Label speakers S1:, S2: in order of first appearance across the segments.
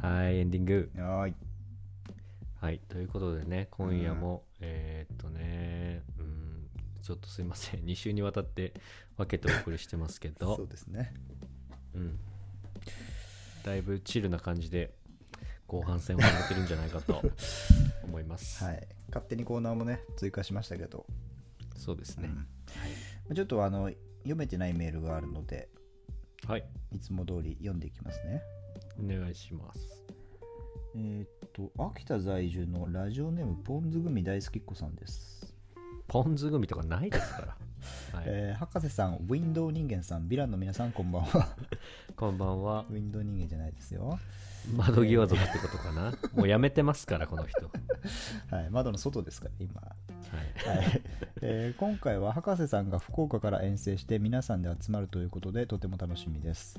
S1: はい、エンディング。
S2: はーい。
S1: はい、ということでね、今夜も、えーっとね、うん、ちょっとすいません、2週にわたって分けてお送りしてますけど
S2: そう、ですね。
S1: うん、だいぶチルな感じで後半戦をやってるんじゃないか と思います。
S2: はい。勝手にコーナーもね、追加しましたけど、
S1: そうですね。
S2: まあちょっとあの、読めてないメールがあるので、
S1: はい、
S2: いつも通り読んでいきますね。
S1: お願いします。
S2: えーっと、秋田在住のラジオネームポンズグミ大好きっ子さんです。
S1: ポン酢組とかないです から。はい、
S2: えー博士さん、ウィンドウ人間さん、ヴィランの皆さん、こんばんは。
S1: こんばんは
S2: ウ。ィンドウ人間じゃないですよ。
S1: 窓際族ってことかな。もうやめてますから、この人。はい。
S2: はい、窓の外ですから、今。はいえー今回は博士さんが福岡から遠征して皆さんで集まるということでとても楽しみです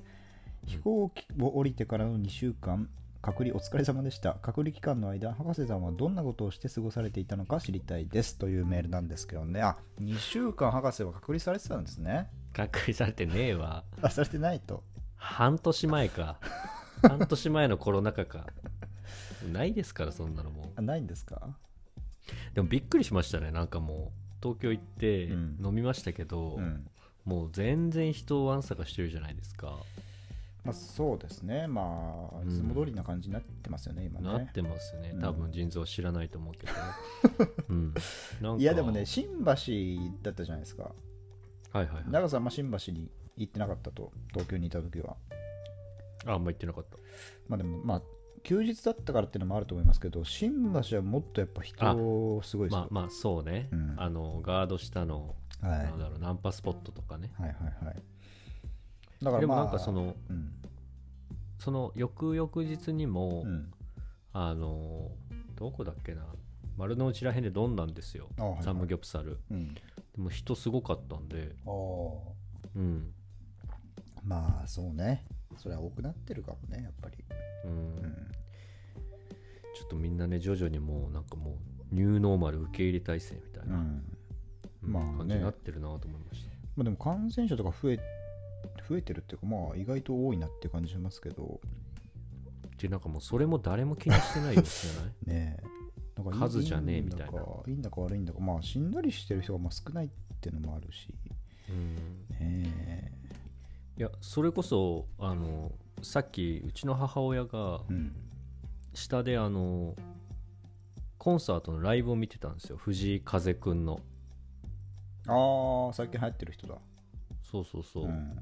S2: 飛行機を降りてからの2週間隔離お疲れ様でした隔離期間の間博士さんはどんなことをして過ごされていたのか知りたいですというメールなんですけどねあ2週間博士は隔離されてたんですね
S1: 隔離されてねえわ。
S2: あされてないと
S1: 半年前か。半年前のコロナ禍か。ないですから、そんなのもう。
S2: あないんですか
S1: でもびっくりしましたね、なんかもう。東京行って
S2: うん
S1: 飲みましたけど、
S2: うん
S1: もう全然人をわんさかしてるじゃないですか。
S2: まあそうですねまあ
S1: うん
S2: いつも通りな感じになってますよね、今
S1: なっ
S2: ね
S1: てますね
S2: う。ん
S1: 多分腎臓知らないと思うけど。 うん。なんか
S2: いやでもね、新橋だったじゃないですか
S1: はいはいはい。
S2: 長さん、まあ、新橋に行ってなかったと、東京にいた時は。
S1: ああんま言ってなかった。
S2: まあでも、まあ、休日だったからっていうのもあると思いますけど、新橋はもっとやっぱ人すごいです
S1: まあ
S2: よ。
S1: まあそうね、
S2: うん
S1: あのガード下の、
S2: はい、はい
S1: なんだろうナンパスポットとかね
S2: はいはい。だから、まあ、
S1: でもなんかそ、の
S2: うん、
S1: その翌々日にも、
S2: うん、
S1: あのどこだっけな丸の内らへんで飲んだんですよ
S2: あはいはい
S1: サムギョプサル
S2: うん。
S1: でも人すごかったんで
S2: ああ。
S1: うん、
S2: まあ、そうね。それは多くなってるかもね、やっぱり。
S1: うん
S2: うん。
S1: ちょっとみんなね徐々にもうなんかもうニューノーマル受け入れ体制みたいうな、
S2: ん
S1: うん
S2: まあね
S1: 感じになってるなと思いました
S2: まあ、でも感染者とか増え増えてるっていうか、まあ、意外と多いなっていう感じしますけど、
S1: でなんかもうそれも誰も気にしてないよじゃない
S2: ねえなんかいい
S1: 数じゃねえみたいない
S2: んだかいいんだか悪いんだかまあしんどりしてる人がまあ少ないっていうのもあるし
S1: うん
S2: ねえ
S1: いやそれこそあのさっきうちの母親が
S2: うん
S1: 下であのコンサートのライブを見てたんですよ藤井風くんの
S2: ああ最近流行ってる人だ
S1: そうそうそう、
S2: うん、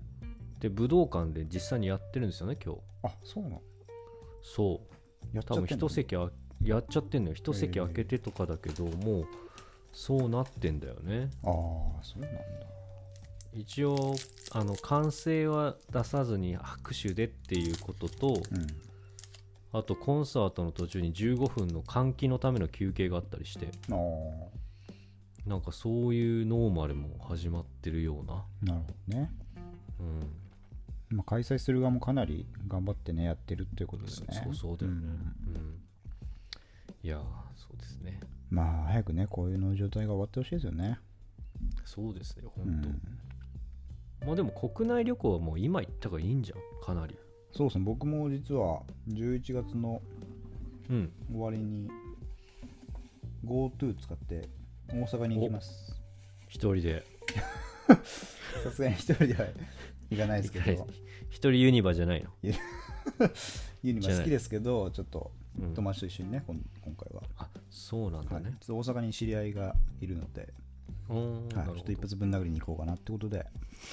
S1: で武道館で実際にやってるんですよね今日
S2: あそうなの
S1: そう
S2: やっちゃ
S1: 多
S2: ってん
S1: 分
S2: の
S1: 一席あやっちゃってんのよ一席
S2: へえ
S1: 空けてとかだけど、もうそうなってんだよね
S2: ああそうなんだ
S1: 一応あの歓声は出さずに拍手でっていうことと
S2: うん
S1: あとコンサートの途中に15分の換気のための休憩があったりして
S2: ああ
S1: なんかそういうノーマルも始まってるような、
S2: なるほどね、
S1: うん、
S2: まあ、開催する側もかなり頑張ってねやってるっていうことですね
S1: そうそうだよね
S2: ん
S1: うんいやーそうですね
S2: まあ早くねこういうの状態が終わってほしいですよね
S1: そうですね
S2: う
S1: 本当、
S2: ん
S1: まあでも国内旅行はもう今行った方がいいんじゃんかなり
S2: そうですね僕も実は11月の
S1: うん
S2: 終わりに GoTo 使って大阪に行きます
S1: 一人で
S2: さすがに一人では行かないですけど
S1: 一人ユニバじゃないの、
S2: ユニバ好きですけどちょっと
S1: うん
S2: 友達と一緒にねこん今回は、
S1: あそうなんだ
S2: はい、ちょ
S1: ね、
S2: っと大阪に知り合いがいるので、
S1: うーんな
S2: は、
S1: い
S2: ち
S1: る
S2: ょ
S1: ほ
S2: っと
S1: ど
S2: 一発ぶん殴りに行こうかなってことで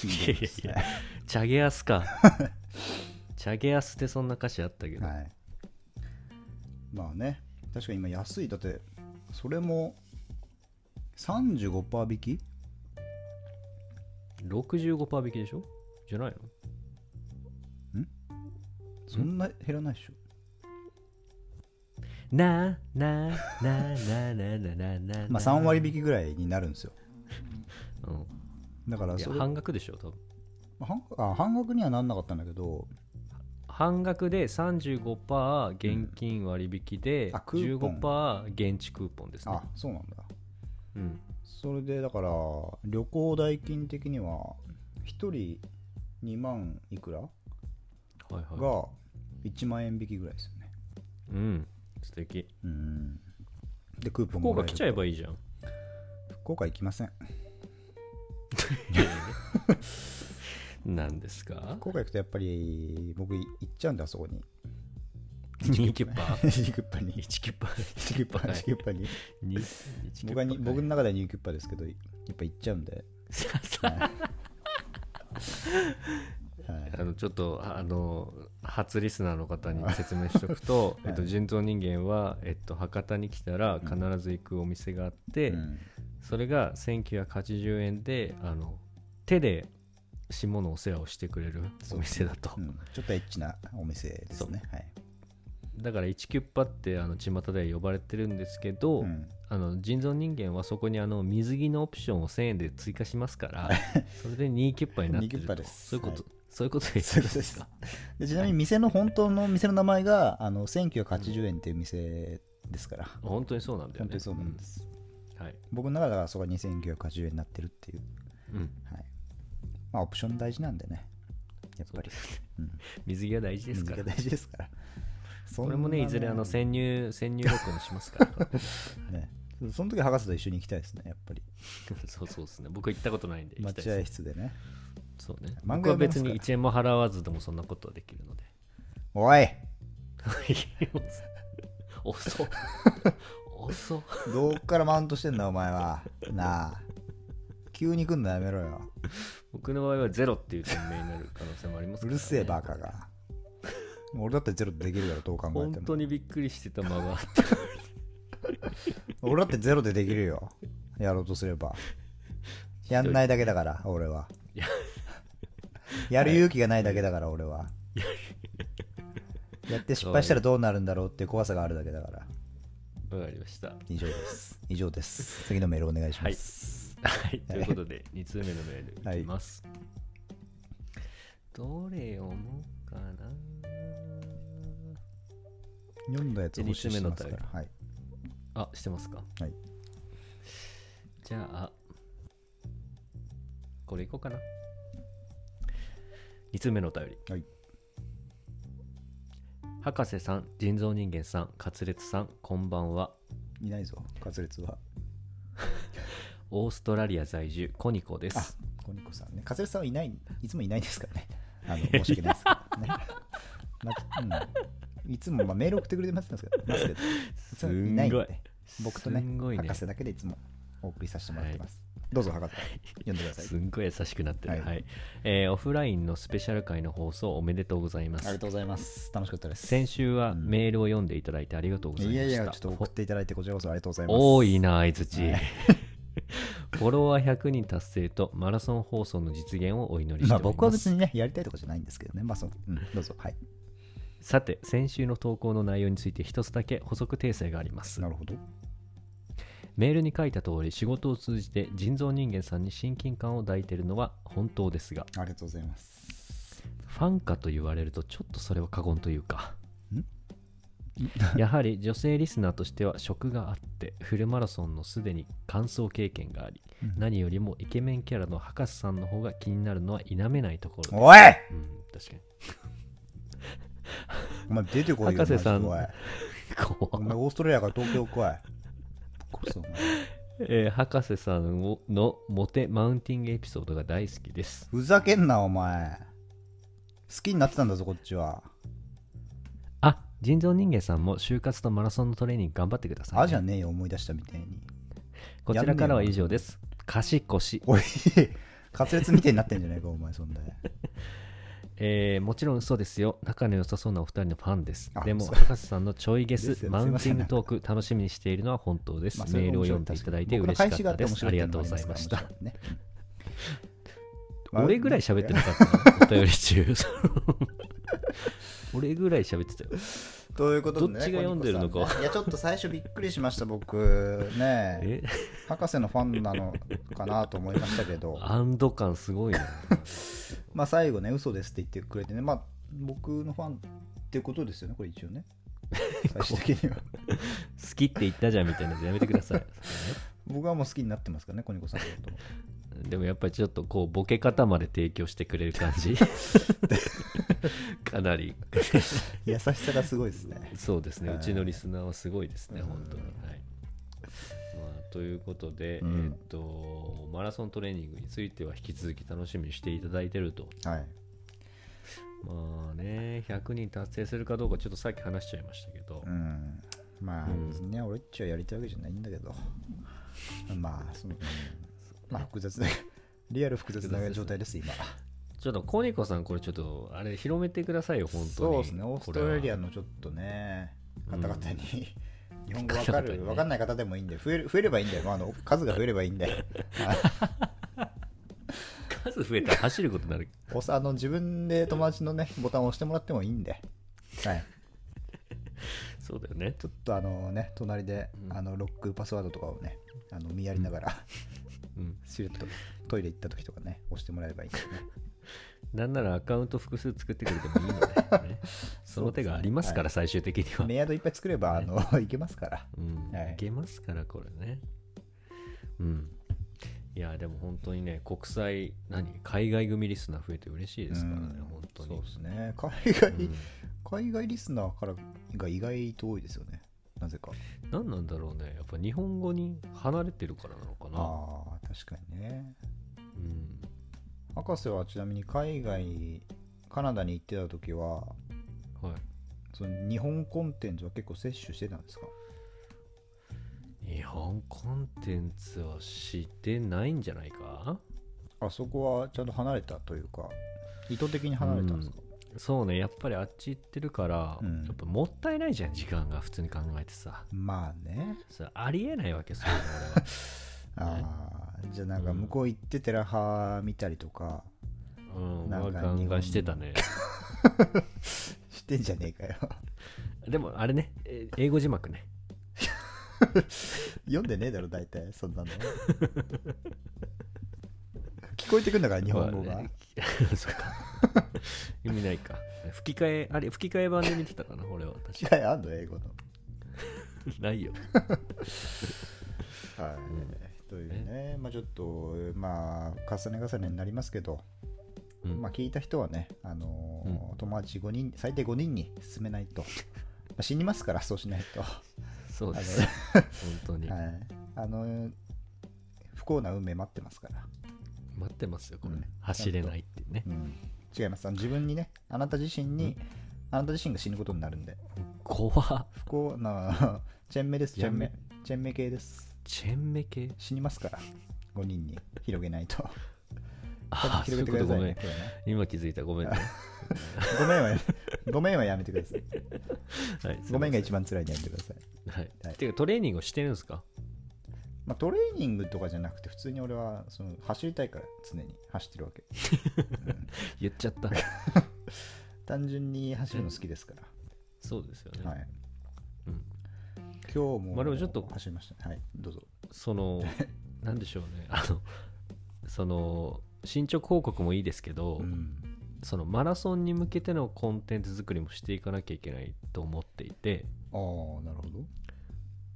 S1: いやいやいやチャゲアス かチャゲアスってそんな歌詞あったけど、
S2: はいまあね確かに今安いだってそれも35%引き
S1: 65%引きでしょじゃないの
S2: そんな減らないでしょ
S1: ななななななななな
S2: まあ3割引きぐらいになるんですよ
S1: うん
S2: だから
S1: いや
S2: それ
S1: 半額でしょ多分
S2: 半あ半額にはなんなかったんだけど
S1: 半額で35%現金割引で、
S2: んあクーポン
S1: 15%現地クーポンですね
S2: あ。そうなんだ
S1: うん、
S2: それでだから旅行代金的には1人2万いくら
S1: はいはい。
S2: が1万円引きぐらいですよね
S1: うん素敵
S2: うんでクー
S1: 福
S2: ポンもら
S1: 岡
S2: え
S1: 来
S2: る
S1: ちゃえばいいじゃん
S2: 福岡行きません
S1: なんですか
S2: 福岡行くとやっぱり僕行っちゃうんだあそ こに
S1: 2キュッパー
S2: ニクッ パにニ
S1: 1キュッパー
S2: クッパ
S1: はい
S2: ニクッパに
S1: に
S2: 僕はに僕の
S1: の
S2: 中ではニクッパですけどやっぱ行っちゃうんではい
S1: あのちょっとあの初リスナーの方に説明しておく と、え
S2: はい
S1: っと、人造人間は、えっと、博多に来たら必ず行くお店があって、
S2: うん
S1: それが1980円であの手で下のお世話をしてくれるお店だと、
S2: うんちょっとエッチなお店ですねはい
S1: だから1キュッパってあの巷では呼ばれてるんですけど、
S2: うん
S1: あの人造人間はそこにあの水着のオプションを1000円で追加しますから それで2キュッパになってる
S2: 2キュッ
S1: と
S2: パです
S1: そういうこと、
S2: は
S1: そういうことで
S2: そういうことですでちなみに店の本当の店の名前があの1980円っていう店ですから
S1: 本当にそうなんだよね
S2: 本当にそうなんです
S1: うんはい、
S2: 僕の中ではそこが2980円になってるっていう
S1: うん、
S2: はいまあオプション大事なんでねやっ
S1: そ
S2: ぱ
S1: う
S2: り
S1: ですね
S2: うん
S1: 水着は大事です
S2: 水
S1: か
S2: が
S1: ら
S2: 大事ですからそん
S1: こ
S2: な
S1: れもねいずれあの潜入潜入録音しますから
S2: ねその時博士と一緒に行きたいですねやっぱり
S1: そうそうですね僕は行ったことないんで行きたい
S2: 待
S1: です
S2: 合室でね
S1: そうね。僕
S2: 漫画
S1: は
S2: 読めます
S1: 別
S2: から
S1: に1円も払わずでもそんなことはできるので。
S2: おい
S1: 遅っ。遅っ。
S2: どっからマウントしてんだお前はなあ急に来んのやめろよ
S1: 僕の場合はゼロっていう店名になる可能性もあります
S2: う
S1: から、ね。
S2: るせえバカが俺だってゼロでできるからどう考えても
S1: 本当にびっくりしてた間があった。
S2: 俺だってゼロでできるよやろうとすればやんないだけだから俺は
S1: や
S2: やる勇気がないだけだから俺はやって失敗したらどうなるんだろうっていう怖さがあるだけだから
S1: わかりました。
S2: 以上です以上です次のメールお願いし
S1: は
S2: ま
S1: い
S2: す、。
S1: はい、ということで、2通目のメールいきます。どれ読もうかな
S2: 読んだやつ欲しいしてますから
S1: じ
S2: はい
S1: あ、してますか
S2: はい。
S1: じゃあ、これいこうかな。2通目のお便り。
S2: はい
S1: 博士さん、人造人間さん、カツレツさん、こんばんは。
S2: いないぞカツレツは
S1: オーストラリア在住、コニコで
S2: あ
S1: す。
S2: コニコさんねカツレツさんはいないいつもいないですからねあの申 し訳ないですけどねなうんいつもまあメール送ってくれてますけどますけどいつもいないん
S1: すんごい
S2: で僕とね
S1: すんごいね
S2: 博士だけでいつもお送りさせてもらってます、どうぞ博士読んでください
S1: すんごい優しくなってる。
S2: は
S1: はいい、えーオフラインのスペシャル回の放送、おめでとうございま
S2: ありが
S1: す。
S2: とうございます楽しかったです
S1: 先週は
S2: うん
S1: メールを読んでいただいてありがとうございま
S2: い
S1: した。
S2: やいやちょっと送っていただいてこちらこそありがとうございます
S1: 多いな相づち
S2: はい
S1: フォロワー100人達成とマラソン放送の実現をお祈りして
S2: ま
S1: お
S2: あ
S1: ります、
S2: 僕は別にねやりたいとかじゃないんですけどねまあそう、うん、どうぞはい
S1: さて先週の投稿の内容について一つだけ補足訂正があります
S2: なるほど
S1: メールに書いた通り仕事を通じて人造人間さんに親近感を抱いているのは本当ですが
S2: ありがとうございます
S1: ファンかと言われるとちょっとそれは過言というか
S2: ん
S1: やはり女性リスナーとしては職があってフルマラソンのすでに完走経験があり
S2: うん
S1: 何よりもイケメンキャラの博士さんの方が気になるのは否めないところです
S2: おい
S1: うん、確かに。
S2: お前出てこいよ
S1: 博士さん
S2: マジでおいお 前
S1: 怖っ
S2: オーストラリアから東京来い。 ぶっ殺すぞお前
S1: えー博士さんをのモテマウンティングエピソードが大好きです。
S2: ふざけんな、お前。好きになってたんだぞ、こっちは。
S1: あ、人造人間さんも就活とマラソンのトレーニング頑張ってください、ね。
S2: あじゃねえよ、思い出したみたいに。
S1: こちらからは以上です。賢し、
S2: おい、 滑舌みたいになってんじゃないか、お前、そんで。
S1: えーもちろん嘘ですよ。仲の良さそうなお二人のファンです
S2: あ。
S1: でも、
S2: そう
S1: 博士さんのちょいゲ
S2: で
S1: ス
S2: す、よね
S1: マウンティン
S2: すいません
S1: グトーク楽しみにしているのは本当です。
S2: まあそ
S1: メー
S2: れが
S1: ルを
S2: 面
S1: 読
S2: 白
S1: んでいただいて
S2: 確
S1: 嬉
S2: か
S1: し
S2: に
S1: か
S2: 僕
S1: った
S2: の
S1: で
S2: 返
S1: す。
S2: し
S1: あり
S2: が
S1: が
S2: あって
S1: とうご
S2: 面
S1: ざ
S2: 白い
S1: い
S2: っていうのもありますから
S1: ました。
S2: ねうん
S1: 俺ぐらい喋ってなかったな、お便り中。俺ぐらい喋ってたよ。
S2: ということで、ね、
S1: どっちが読んでるのか
S2: 小西さねいや、ちょっと最初びっくりしました、僕。ねえ
S1: え
S2: 博士のファンなのかなと思いましたけ ど。
S1: 安堵感すごいな。
S2: まあ、最後ね、嘘ですって言ってくれてね、まあ、僕のファンってことですよね、これ 一応ね。最終的には。
S1: 好きって言ったじゃんみたいなやつやめてください。
S2: 僕はもう好きになってますからね、コニコさんのこと。
S1: でもやっぱりちょっとこうボケ方まで提供してくれる感じ。かなり
S2: 優しさがすごいですね。
S1: そうですね、
S2: はいう
S1: ちのリスナーはすごいですね、
S2: うん
S1: 本当に。はいまあ、ということで、
S2: うん
S1: えーっと、マラソントレーニングについては引き続き楽しみにしていただいてると。
S2: はい。
S1: まあね、100人達成するかどうか、ちょっとさっき話しちゃいましたけど、
S2: うん。まあ、
S1: うん
S2: 別にね、俺っちはやりたいわけじゃないんだけど。まあ、その、うんまあ、複雑な、リアル複雑な状態です、今。
S1: ちょっとコニコさん、これちょっと、あれ、広めてくださいよ、本当に。
S2: そうですね、オーストラリア
S1: の。
S2: のちょっとね、
S1: うん
S2: 方々に、日本語わか
S1: 方々に
S2: る、
S1: ね
S2: わかんない方でもいいんで、増える増えればいいんだよ、まああの、数が増えればいいんで。
S1: 数増えたら走ることになる。
S2: おさあの自分で友達のね、ボタンを押してもらってもいいんで。はい。
S1: そうだよね。
S2: ちょっとあのね、隣で、
S1: うん
S2: あの、ロックパスワードとかをね、あの、見やりながら、
S1: うん。
S2: しれっとトイレ行った時とかね、押してもらえれ ばいいんでね。
S1: なんならアカウント複数作ってくれてもいい ので、ね、その手がありますから、最終的には。
S2: メアドいっぱい作れば、あ の、いけますから。
S1: うん
S2: はい
S1: い、けますからこれねうんいやでも本当にね国際何海外組リスナー増えて嬉しいですからね
S2: うん
S1: 本当に
S2: そうですね。海外、
S1: うん
S2: 海外リスナーからが意外と多いですよね。なぜか。
S1: 何なんだろうねやっぱ日本語に離れてるからなのかな
S2: ああ、確かにね。
S1: うん
S2: 博士はちなみに海外、カナダに行ってた時は、
S1: は
S2: その日本コンテンツは結構摂取してたんですか
S1: い日本コンテンツはしてないんじゃないか
S2: あそこはちゃんと離れたというか、意図的に離れたんですか、
S1: そうねやっぱりあっち行ってるから、
S2: うん
S1: やっぱもったいないじゃん時間が普通に考えてさ
S2: まあね。
S1: それありえないわけそういうの俺は
S2: ああ、じゃあなんか向こう行ってテラハ見たりとか、
S1: うん
S2: なんか
S1: ガンガンしてたね
S2: してんじゃねえかよ。
S1: でもあれね、えー英語字幕ね。
S2: 読んでねえだろ、大体、そん なの。聞こえてくんだから、日本語が
S1: まあ。ね そうか。 意味ないか。吹き替え、あれ、吹き替え版で見てたかな、俺は。確か
S2: 違いあんの、英語の。
S1: ないよ。
S2: はい、というね、まあ、ちょっと、まあ、重ね重ねになりますけど、
S1: うん
S2: まあ、聞いた人はね、あのー友達5人、最低5人に進めないと、まあ死にますから、 そうしないと、は
S1: そうです。 本当に
S2: い。あのー不幸な運命待ってますから、
S1: 待ってますよ、これ
S2: うん。
S1: 走れないっていうね。
S2: うん、違います、あの自分にね、あなた自身に、あなた自身が死ぬことになるんで、
S1: 怖っ
S2: 不幸な、 チェンメです、チェンメ
S1: や、
S2: チェンメ系です、
S1: チェンメ系
S2: 死にますから、5人に広げないと、
S1: ああ、そうい
S2: 広
S1: うこ
S2: げて
S1: と
S2: くだ
S1: ごめ
S2: さいね
S1: ん。
S2: これね
S1: 今気づいた、ごめんね。
S2: ごめんはや、 ごめんはやめてください。
S1: はい、
S2: ごめんが
S1: す
S2: 一番辛いんでやめてください。
S1: いません。
S2: は
S1: はいい。てか、トレーニングをしてるんですか
S2: まあ、トレーニングとかじゃなくて、普通に俺はその走りたいから常に走ってるわけ。
S1: 言っちゃ った。
S2: 単純に走るの好きですから。
S1: そうですよね。
S2: はい、
S1: うん
S2: 今日も
S1: まあでもちょっと
S2: 走りましたね。はい、どうぞ。
S1: そのなんでしょうねあのその進捗報告もいいですけど、
S2: うん
S1: そのマラソンに向けてのコンテンツ作りもしていかなきゃいけないと思っていて
S2: ああ、なるほど。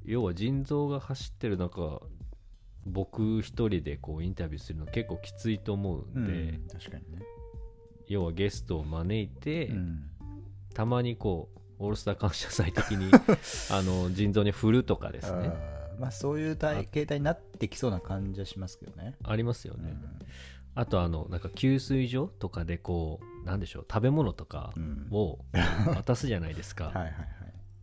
S1: 要は腎臓が走ってる中僕一人でこうインタビューするの結構きついと思うんで、
S2: うん確かにね。
S1: 要はゲストを招いて、
S2: うん
S1: たまにこうオールスター感謝祭的 にあの腎臓に振るとかですね
S2: あーまあ、そういう体形態になってきそうな感じはしますけどね。
S1: ありますよ
S2: う
S1: ね、
S2: ん
S1: あとあのなんか給水所とかでこうなんでしょう食べ物とか、
S2: うん
S1: を渡すじゃないですか、
S2: はいはいはい。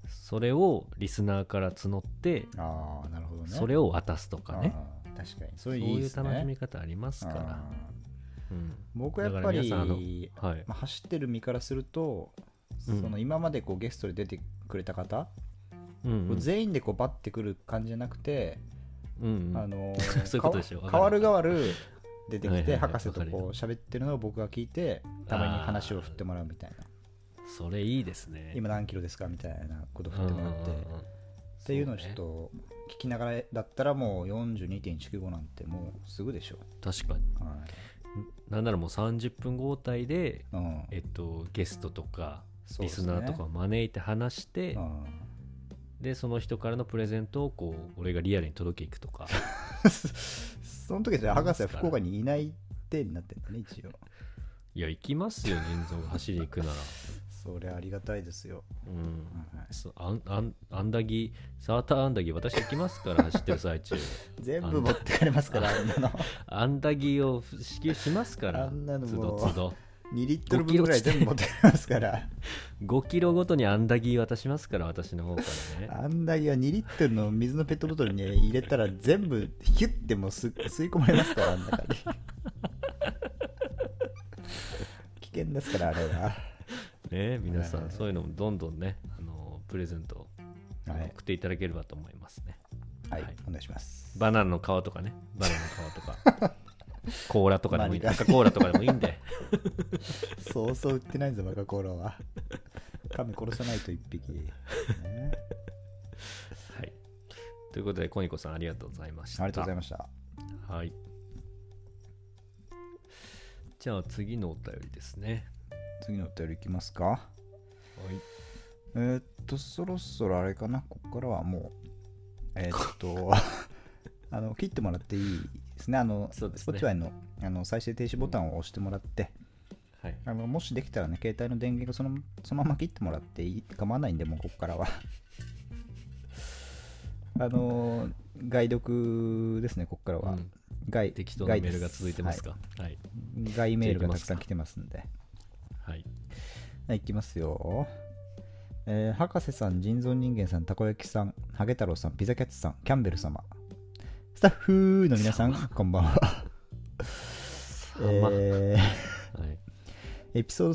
S1: それをリスナーから募って、
S2: ああ、なるほどね。
S1: それを渡すとかね
S2: あー確かに。そ
S1: そう
S2: れいい
S1: い
S2: で
S1: う
S2: すね。
S1: 楽しみ方ありますか
S2: あ
S1: ら、う
S2: ー
S1: ん
S2: 僕はやっぱり
S1: だから皆さんあのはい
S2: まあ、走ってる身からすると、
S1: うん
S2: その今までこうゲストで出てくれた方、
S1: うんうん
S2: 全員でこうバッてくる感じじゃなくて、
S1: うんうん
S2: あの
S1: そういうことでしょ
S2: か
S1: わ
S2: 変わ
S1: か
S2: る
S1: る
S2: 変わる出てき
S1: はいはい
S2: て
S1: はい
S2: 博士と
S1: わかる
S2: こう喋ってるのを僕が聞いてたまに話を振ってもらうみたいな
S1: それいいですね
S2: 今何キロですかみたいなこと振ってもらって、
S1: うんうんうんうん
S2: っていうのをちょっと聞きながらだったらもう42.195なんてもうすぐでしょ、
S1: そうね確かに
S2: はい
S1: なんならもう30分交代で
S2: うん、
S1: えっとゲストとか
S2: そう
S1: リ
S2: です
S1: ス
S2: ね
S1: ナーとかを招いて話して
S2: う
S1: で,、
S2: ん
S1: その人からのプレゼントをこう俺がリアルに届けいく とか
S2: その時じゃあ博士は福岡にいないってなってんだね一応
S1: いや行きますよ人造が走りに行くなら
S2: それありがたいですよ。
S1: うん
S2: はい
S1: そうあんあんあんだぎサーターアンダギー私行きますから走ってる最中
S2: 全部持ってかれます から、あんなの。
S1: あんだぎを支給しますから
S2: あんなの
S1: つど
S2: もう
S1: つど
S2: 2リットル分ぐらい全部持ってかれますから。
S1: 5キロごとにあんだぎ渡しますから私の方からね
S2: あんだけは2リットルの水のペットボトルに入れたら全部ヒュッてもうす吸い込まれますから、あん中 に。危険ですから、あれは。
S1: ね皆さ
S2: は
S1: ん
S2: い
S1: そういうのもどんどんねあのプレゼントをあの
S2: はい
S1: 送っていただければと思いますね
S2: はい、
S1: はい
S2: お願いします。
S1: バナナの皮と かねバナナの皮とかコーラとかでもいい
S2: まあ
S1: 赤コーラとかでもいいんで
S2: そうそう売ってないぞ、バカコーラは。亀殺さないと一 匹。ね
S1: はいということでコニコさんありがとうございました
S2: ありがとうございました。
S1: はい。じゃあ次のお便りですね。
S2: 次のお便りいきますか。
S1: はい。
S2: えーっと、そろそろあれかな、ここからはもう、えーっ と、あの切ってもらっていいですね、あの、
S1: そうですね
S2: Spotify のあの再生停止ボタンを押してもらって、
S1: はい。
S2: あのもしできたらね、携帯の電源をそのそのまま切ってもらっていい構わないんで、もうここからは。 あの、外読ですね、ここからは。
S1: うん
S2: 外
S1: 適当なメールが続いてます
S2: か、
S1: か。はい。
S2: はい外メールがたくさん来てますんで。
S1: はい。
S2: はい、いきますよ。えー博士さん、人造人間さん、たこ焼きさん、ハゲ太郎さん、ピザキャッツさん、キャンベル様。スタッフの皆さん、こんばんは。
S1: まは
S2: え
S1: い。
S2: ーエピソード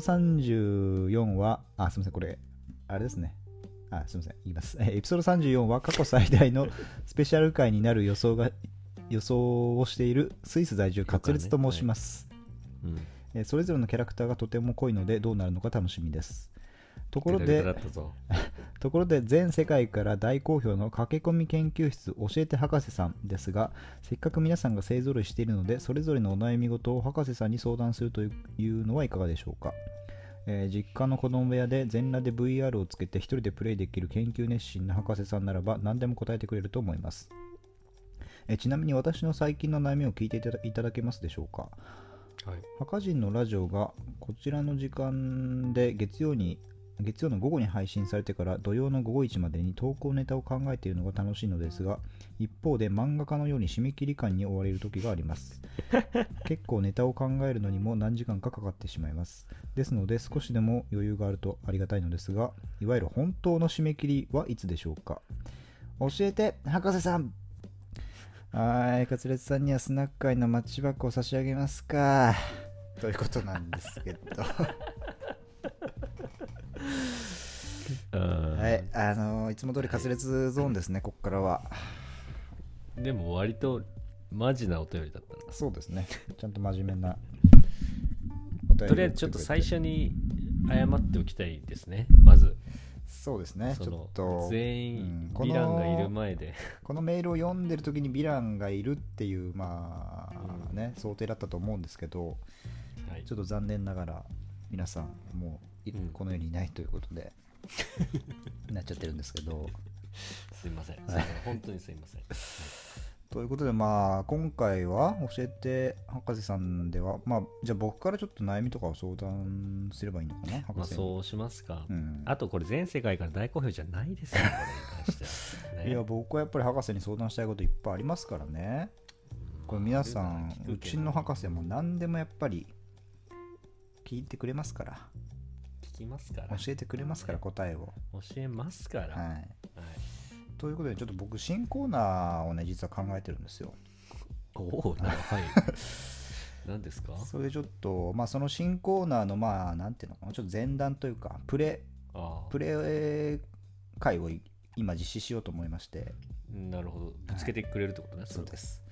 S2: 34は、あ、すみません、これ、あれですね。あ、すみません、言います。えーエピソード34は過去最大 のスペシャル回になる予想が、予想をしているスイス在住、カツレツと申します。
S1: うん。
S2: えーそれぞれのキャラクターがとても濃いのでどうなるのか楽しみですところ
S1: ぐだぐだだ
S2: で
S1: ったぞ。
S2: ところで全世界から大好評の駆け込み研究室教えて博士さんですがせっかく皆さんが勢ぞろいしているのでそれぞれのお悩み事を博士さんに相談するというのはいかがでしょうか、えー実家の子供部屋で全裸で VR をつけて一人でプレイできる研究熱心な博士さんならば何でも答えてくれると思いますえーちなみに私の最近の悩みを聞いていただいただけますでしょうか
S1: はい。
S2: ハカ人のラジオがこちらの時間で月曜に月曜の午後に配信されてから土曜の午後1までに投稿ネタを考えているのが楽しいのですが一方で漫画家のように締め切り感に追われる時があります結構ネタを考えるのにも何時間かかかってしまいますですので少しでも余裕があるとありがたいのですがいわゆる本当の締め切りはいつでしょうか教えて博士さんはい、カツレツさんにはスナック愛のマッチバッグを差し上げますか。ということなんですけど。は、
S1: はい
S2: あのーいつも通りカツレツゾーンですね、ここからは。
S1: い。でも割とマジなお便りだった
S2: そうですね、ちゃんと真面目な。お便
S1: な。
S2: を
S1: とりあえずちょっと最
S2: 送てくれて。
S1: 初に謝っておきたいですね。まず。
S2: そうですね、ち
S1: そ
S2: ょ
S1: の
S2: っと。
S1: 全
S2: うん
S1: 員
S2: こ
S1: ヴ
S2: の
S1: ィランがいる前で。
S2: このメールを読んでる時にヴィランがいるっていう、まあ、ね、想定だったと思うんですけど、
S1: はい
S2: ち。ょっと残念ながら、皆さん、もうい、
S1: うん
S2: この世にいないということ で、なっちゃってるんですけど。
S1: すいません。すいません本当にすいません。
S2: ということで、まあ、今回は教えて博士さんでは、まあ、じゃあ僕からちょっと悩みとかを相談すればいいのかな、
S1: ま
S2: 博
S1: あ
S2: 士に。
S1: そうしますか。
S2: うん
S1: あとこれ全世界から大好評じゃないですよ、これに関しては、ね。
S2: いや、僕はやっぱり博士に相談したいこといっぱいありますからね。これ皆さん、うちの博士も何でもやっぱり聞いてくれますから、
S1: 聞きますから。
S2: 教えてくれますから、答えを。
S1: 教えますから。はい。
S2: はい。ということで、ちょっと僕、新コーナーをね、実は考えてるんですよ。
S1: おお、なはい。 何ですか
S2: それでちょっと、まあ、その新コーナーの、まあ、なんていうのかな、ちょっと前段というか、プレ、
S1: あ
S2: プレイ会をい今実施しようと思いまして
S1: あ、なるほど。ぶつけてくれるってことね。
S2: そうです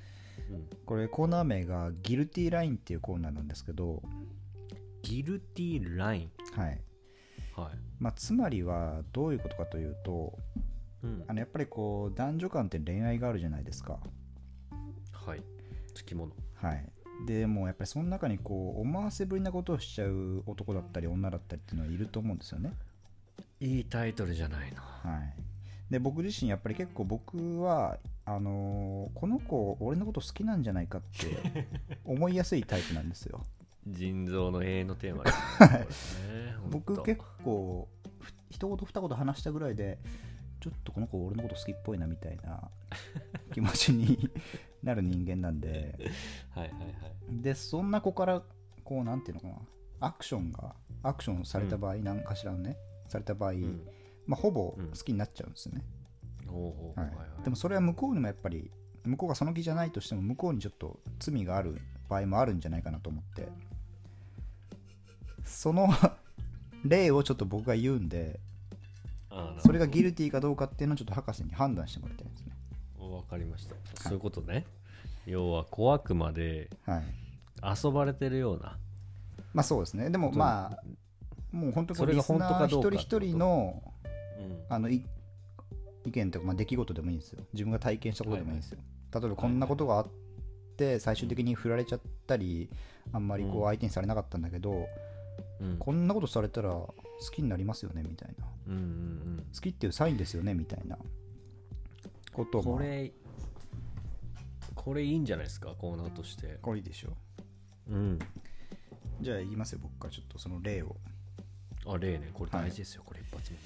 S1: れは。うん
S2: これコーナー名が「ギルティーライン」っていうコーナーなんですけど、
S1: ギルティーライン。
S2: はい
S1: はい。
S2: まあ、つまりはどういうことかというと
S1: うん
S2: あ。のやっぱりこう男女間って恋愛があるじゃないですか
S1: はい。つきもの。
S2: はいでもうやっぱりその中にこう思わせぶりなことをしちゃう男だったり女だったりっていうのはいると思うんですよね
S1: いいタイトルじゃないの。
S2: はいで僕自身やっぱり結構僕はあのーこの子俺のこと好きなんじゃないかって思いやすいタイプなんですよ
S1: 腎臓の永遠のテーマですね。これね
S2: 僕結構ふ一言二言話したぐらいでちょっとこの子俺のこと好きっぽいなみたいな気持 ちになる人間なんで
S1: はいはいはい
S2: でそんな子からこうなんていうのかなアクションがアクションされた場合何かしらのね、された場合、
S1: うん
S2: まあ、ほぼ
S1: うん
S2: 好きになっちゃうんですよね、
S1: おうおう
S2: は
S1: はいいはい
S2: でもそれは向こうにもやっぱり向こうがその気じゃないとしても向こうにちょっと罪がある場合もあるんじゃないかなと思ってその 例をちょっと僕が言うんで
S1: あーなるほど
S2: それがギルティかどうかっていうのをちょっと博士に判断してもらいたいですね
S1: わかりましたそういうことね要は小悪魔で
S2: はい
S1: 遊ばれてるような
S2: まあそうですねでも
S1: 本当に
S2: まあもう本当にこれリ
S1: それが
S2: ス
S1: 本当
S2: ナー
S1: かど
S2: 一
S1: うかっ
S2: 人
S1: てこと
S2: 一人の
S1: うん
S2: あのい意見とか、まあ、出来事でもいいんですよ自分が体験したことでもいいんですよ、例えばこんなことがあって最終的に振られちゃったりあんまりこ
S1: う
S2: うん相手にされなかったんだけど、
S1: うん
S2: こんなことされたら好きになりますよねみたいな
S1: うんうん
S2: 好きっていうサインですよねみたいなこ
S1: う
S2: と
S1: ん
S2: も
S1: これこれいいんじゃないですかコーナーとして
S2: これいいでしょ
S1: うん
S2: じゃあいきますよ僕からちょっとその例を
S1: あ例ねこれ大事ですよこれ一発目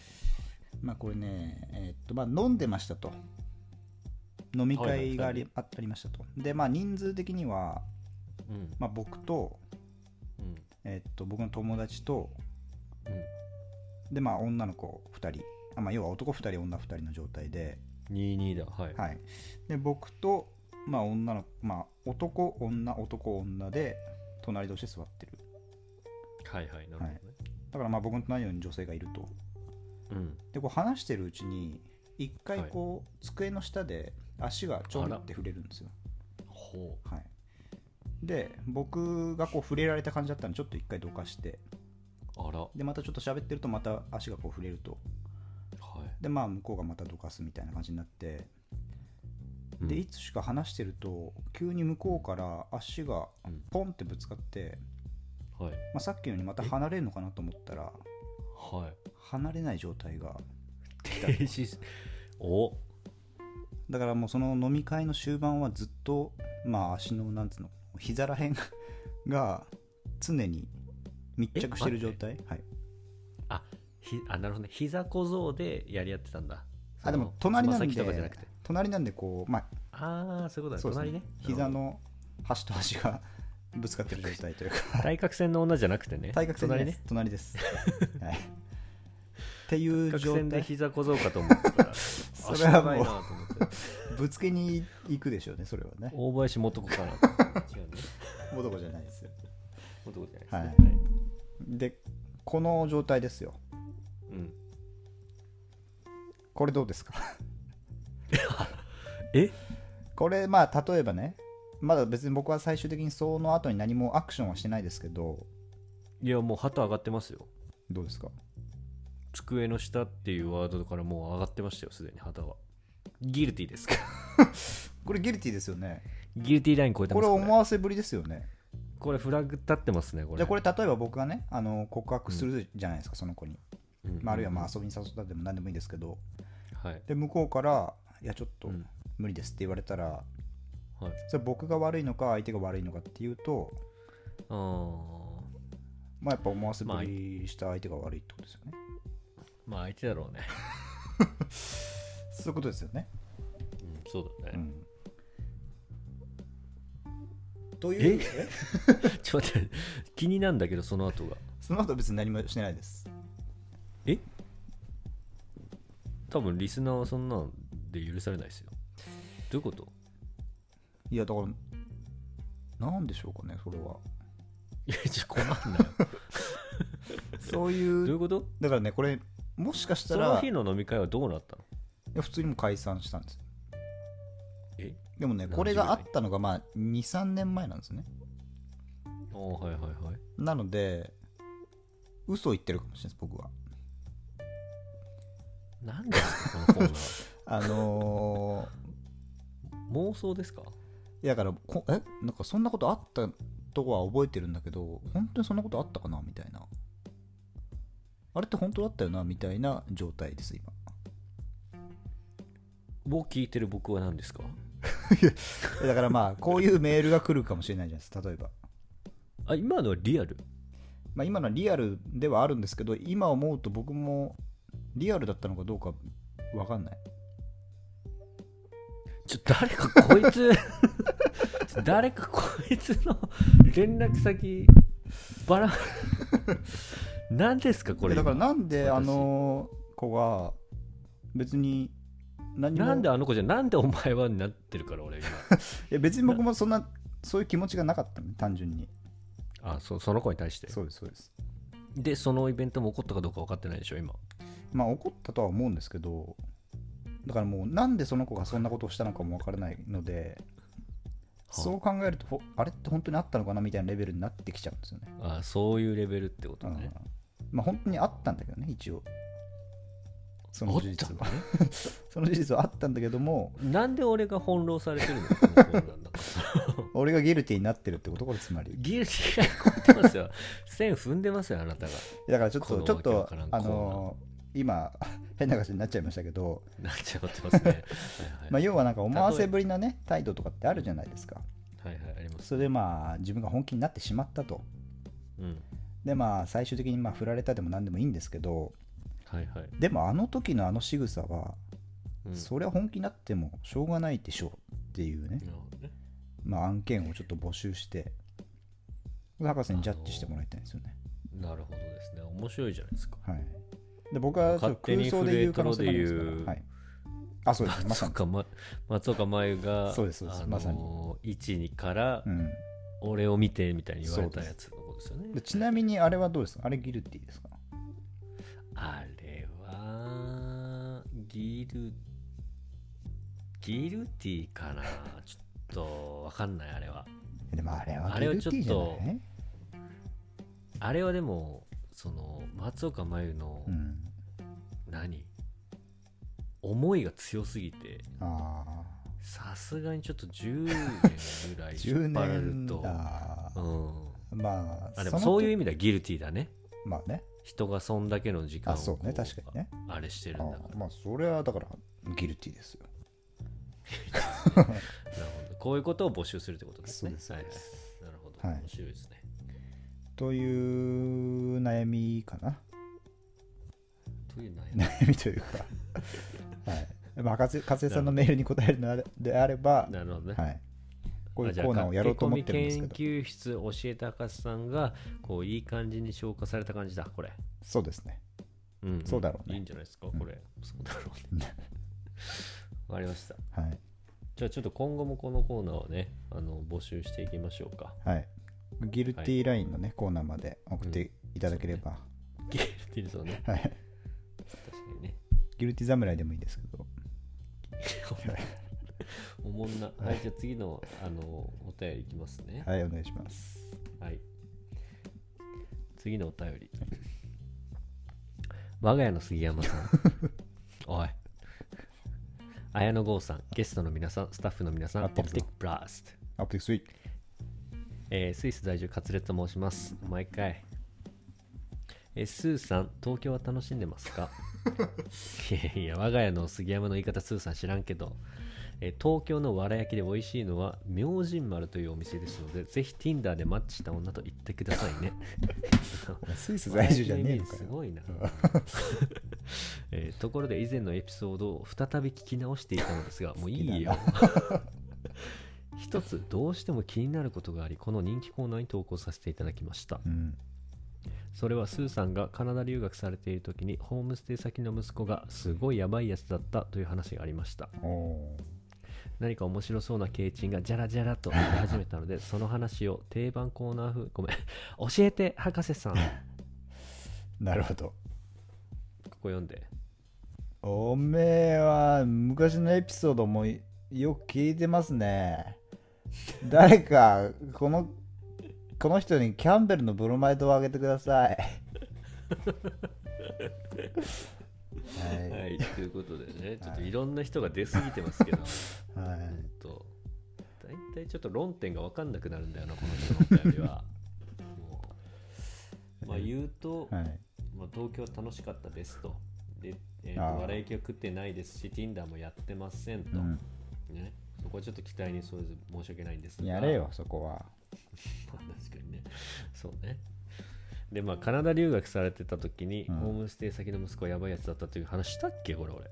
S2: まあこれねえーっとまあ飲んでましたと飲み
S1: はいは
S2: 会
S1: い
S2: があり,、あありましたとでまあ人数的には、
S1: うん
S2: まあ、僕と,、
S1: うん
S2: えーっと僕の友達と
S1: うん
S2: でまあ女の子2人あ、まあ、要は男2人女2人の状態で,、
S1: 22だはい
S2: はい、で僕と、まあ、女のまあ男女男女で隣同士で座ってる
S1: はいはいなるほどね
S2: だからまあ僕の隣に女性がいると
S1: うん
S2: でこう話してるうちに一回こう、机の下で足がちょんって触れるんですよ、
S1: ほ
S2: はい、で僕がこう触れられた感じだったんでちょっと一回どかして
S1: うあらは
S2: でまたちょっと喋ってるとまた足がこう触れるとでまあ向こうがまたどかすみたいな感じになって
S1: いうん
S2: でいつしか話してると急に向こうから足が
S1: うん
S2: ポンってぶつかって、
S1: はい
S2: まあ、さっきのようにまた離れるのかなと思ったら
S1: はい
S2: 離れない状態が
S1: 停止しお
S2: だからもうその飲み会の終盤はずっとまあ足のなんつうの膝らへんが常に密着してる状態はい
S1: あひあなるほどね膝小僧でやり合ってたんだ
S2: あでも
S1: その
S2: 隣なん
S1: つま先とかじゃな
S2: で
S1: くて
S2: 隣なんでこうまあ
S1: ああそういうことだ
S2: そうです
S1: 隣
S2: ね
S1: ね
S2: 膝
S1: なる
S2: の端と端 がぶつかってる状態というか
S1: ほど対角線の女じゃなくてね
S2: 対角線
S1: 隣
S2: で
S1: ね
S2: す 隣です、はい、っていう
S1: 対
S2: 状
S1: 角線で
S2: 態
S1: 膝小僧かと思ったら
S2: それはもう
S1: 足長いなと思って
S2: ぶつけに行くでしょうねそれはね
S1: 大林素子か なと思って違うね
S2: 男じゃないですよ
S1: 素子じゃないですね
S2: はい
S1: はい
S2: でこの状態ですよ
S1: うん
S2: これどうですか
S1: え
S2: これまあ例えばねまだ別に僕は最終的にその後に何もアクションはしてないですけど
S1: いやもう旗上がってますよ
S2: どうですか
S1: 机の下っていうワードからもう上がってましたよすでに旗はギルティ ですか
S2: これギルティですよね
S1: ギルティライン超えてます
S2: これ
S1: これ
S2: 思わせぶりですよね
S1: これフラグ立ってますねこれ
S2: じゃあこれ例えば僕がねあの告白するじゃないですか、その子に、
S1: うん
S2: まあ、あるいはまあ遊びに誘ったでも何でもいいですけど
S1: はい
S2: で向こうから「いやちょっと
S1: うん
S2: 無理です」って言われたら
S1: はい
S2: それ僕が悪いのか相手が悪いのかっていうと
S1: あー
S2: まあやっぱ思わせぶりした相手が悪いってことですよね、
S1: まあ相手だろうね、
S2: そういうことですよね。
S1: うん、そうだね、
S2: という、え
S1: ちょっと待って気になんだけどその後が
S2: その後別に何もしてないです。
S1: え多分リスナーはそんなんで許されないですよどういうこと
S2: いや、だから、なんでしょうかね、それは。
S1: いやちょ困んなよ
S2: そう
S1: どう
S2: い、
S1: いううこと
S2: だからね、これ、もしかし
S1: そ
S2: た
S1: の
S2: ら、
S1: 日
S2: い
S1: の飲み会はどうなったの
S2: や普通にもう解散したんですよ。
S1: え
S2: でもね、これがあったのが、まあ、2、3年前なんですね。
S1: ああはいはいはい
S2: なので、嘘を言ってるかもしれないです、僕は。
S1: 何ですかこのコーナー
S2: あの
S1: 妄想ですか
S2: ー、いやだからこ、え、なんかそんなことあったとは覚えてるんだけど、本当にそんなことあったかなみたいな。あれって本当だったよなみたいな状態です、今。
S1: を聞いてる僕は何ですか
S2: だからまあ、こういうメールが来るかもしれないじゃないですか、例えば。
S1: あ今のはリアル
S2: まあ、今のはリアルではあるんですけど今思うと僕もリアルだったのかどうかわかんない
S1: ちょ誰かこい つちょ誰かこいつの連絡先バラ何ですかこれ
S2: だから
S1: 今
S2: なんで
S1: 私
S2: あの子が別に何も
S1: なんであの子じゃなんでお前はになってるから俺今
S2: いや別に僕もそんなそういう気持ちがなかったの単純に
S1: あそその子に対して
S2: そうですそうです
S1: でそのイベントも起こったかどうか分かってないでしょ今
S2: まあ怒ったとは思うんですけどだからもうなんでその子がそんなことをしたのかもわからないので
S1: はあ
S2: そう考えるとほあれって本当にあったのかなみたいなレベルになってきちゃうんですよね、
S1: あそういうレベルってことね
S2: うんまあ本当にあったんだけどね一応その
S1: あっ
S2: 事
S1: た
S2: 実
S1: ん
S2: は
S1: だね
S2: その事実はあったんだけども
S1: なんで俺が翻弄されてるのこのコーナーなんだから
S2: 俺がギルティになってるってことこれつまり
S1: ギルティが起こってます よ線踏んでますよあなたが
S2: だからちょっ
S1: ことの
S2: ちょっ
S1: わけわ
S2: と
S1: からん
S2: あの今 変な話になっちゃいましたけど、
S1: なっちゃってますねはい
S2: ま
S1: は
S2: あ、
S1: い、
S2: 要はなんか思わせぶりなね態度とかってあるじゃないですか
S1: はいはいあります
S2: それでまあ自分が本気になってしまったと
S1: うん
S2: でまあ最終的にまあ振られたでも何でもいいんですけど
S1: はいはい、
S2: でもあの時のあの仕草は、
S1: うん
S2: それは本気になってもしょうがないでしょうっていうね、
S1: なるほどね
S2: まあ、案件をちょっと募集して博士にジャッジしてもらいたいんですよね、
S1: なるほどですね面白いじゃないですか
S2: はいで僕はちょっと空想で言う可能性があります
S1: 勝
S2: から
S1: 手にフレートロで言う
S2: はい、あそうですま
S1: 松
S2: さに
S1: 岡,、ま、松岡真優が
S2: そうですそうですまさに
S1: 位置にから
S2: うん
S1: 俺を見てみたいに言われたやつのことですよね
S2: でちなみにあれはどうですかあれギルティですか
S1: あれはギルギルティかなちょっとわかんないあれは
S2: でもあれは
S1: あ
S2: ギ
S1: れは
S2: ル
S1: ち
S2: テ
S1: ょっと
S2: ィじゃない
S1: あれはでもその松岡真優の
S2: うん
S1: 何、思いが強すぎて
S2: あ
S1: さすがにちょっと10年ぐら
S2: あ
S1: い
S2: 10
S1: 引っ張られる
S2: 年
S1: と
S2: だ
S1: うん
S2: まあ
S1: あでもそういうう意味ではギルティだね
S2: まあね
S1: 人がそんだけの時間
S2: あ
S1: を
S2: そう
S1: こ
S2: ね
S1: う
S2: 確かにね
S1: あれしてるんだから
S2: あまあそれはだからギルティですよ
S1: なるほどこういうことを募集するってことですね
S2: そうです
S1: はい
S2: そうで
S1: はい、なるほど、
S2: はい
S1: 面白いですね
S2: という悩みかな
S1: という悩み
S2: 悩みというかはいまあかつかつえさんのメールに答えるのであれば
S1: なるほどね、
S2: はいこうい
S1: あ
S2: う
S1: じゃあ
S2: コーナーをやろうと思ってるんですけ
S1: 駆
S2: ど
S1: け込み研究室教えたかさんがこういい感じに消化された感じだこれ、
S2: そうですね
S1: うんん
S2: そうだろうね
S1: いいんじゃないですかこれ、そうだろうね わかりました
S2: はい
S1: じゃあちょっと今後もこのコーナーをねあの募集していきましょう か
S2: はいギルティラインのねコーナーまで送っていただければ
S1: ギルティルソンね
S2: はい
S1: 確かにね
S2: ギルティ侍でもいいですけど
S1: おもんなはいじゃあ次のあのお便りいきますね
S2: はいお願いします
S1: はい。次のお便り。我が家の杉山さ ん。おい。綾野剛さん、ゲストの皆さん、スタッフの皆さん、
S2: 合
S1: オ
S2: っ
S1: プ
S2: て
S1: テ
S2: るぞ
S1: ィックブラスト。
S2: アプティスイ
S1: えースイス在住カツレツと申します。毎回。えースーさん、東京は楽しんでますか いやいや、我が家の杉山の言い方、スーさん知らんけど、えー東京のわら焼きで美味しいのは、明神丸というお店ですので、ぜひ Tinder でマッチした女と言ってくださいね。
S2: スイス在住じゃねえの
S1: わら焼きのイメー
S2: か
S1: ジす
S2: よ
S1: ごいな。えーところで以前のエピソードを再び聞き直していたのですが、もういいよ。一つどうしても気になることがありこの人気コーナーに投稿させていただきました
S2: うん
S1: それはスーさんがカナダ留学されている時にホームステイ先の息子がすごいやばいやつだったという話がありました
S2: おー
S1: 何か面白そうなケイチンがジャラジャラと言い始めたのでその話を定番コーナー風ごめん教えて博士さんこ
S2: なるほど
S1: こ読んで
S2: おめえは昔のエピソードもよく聞いてますね。誰かこのこの人にキャンベルのブロマイドをあげてくださ い。はい
S1: ということでねちょっといろんな人が出過ぎてますけど
S2: い、は
S1: うん
S2: い、
S1: と大体ちょっと論点が分かんなくなるんだよなこの人のお便り はもうまあ言うと、
S2: はい、
S1: まあ、東京は楽しかったですとで、えーと
S2: あー
S1: 笑い気は食ってないですし Tinder もやってません
S2: う
S1: と、
S2: ん、
S1: ね、そこはちょっと期待にそれず 申し訳ないんですが
S2: やれよそこは。
S1: まあ確かにねそうねでまあカナダ留学されてた時に、
S2: うん
S1: ホームステイ先の息子はやばいやつだったという話したっけこれ俺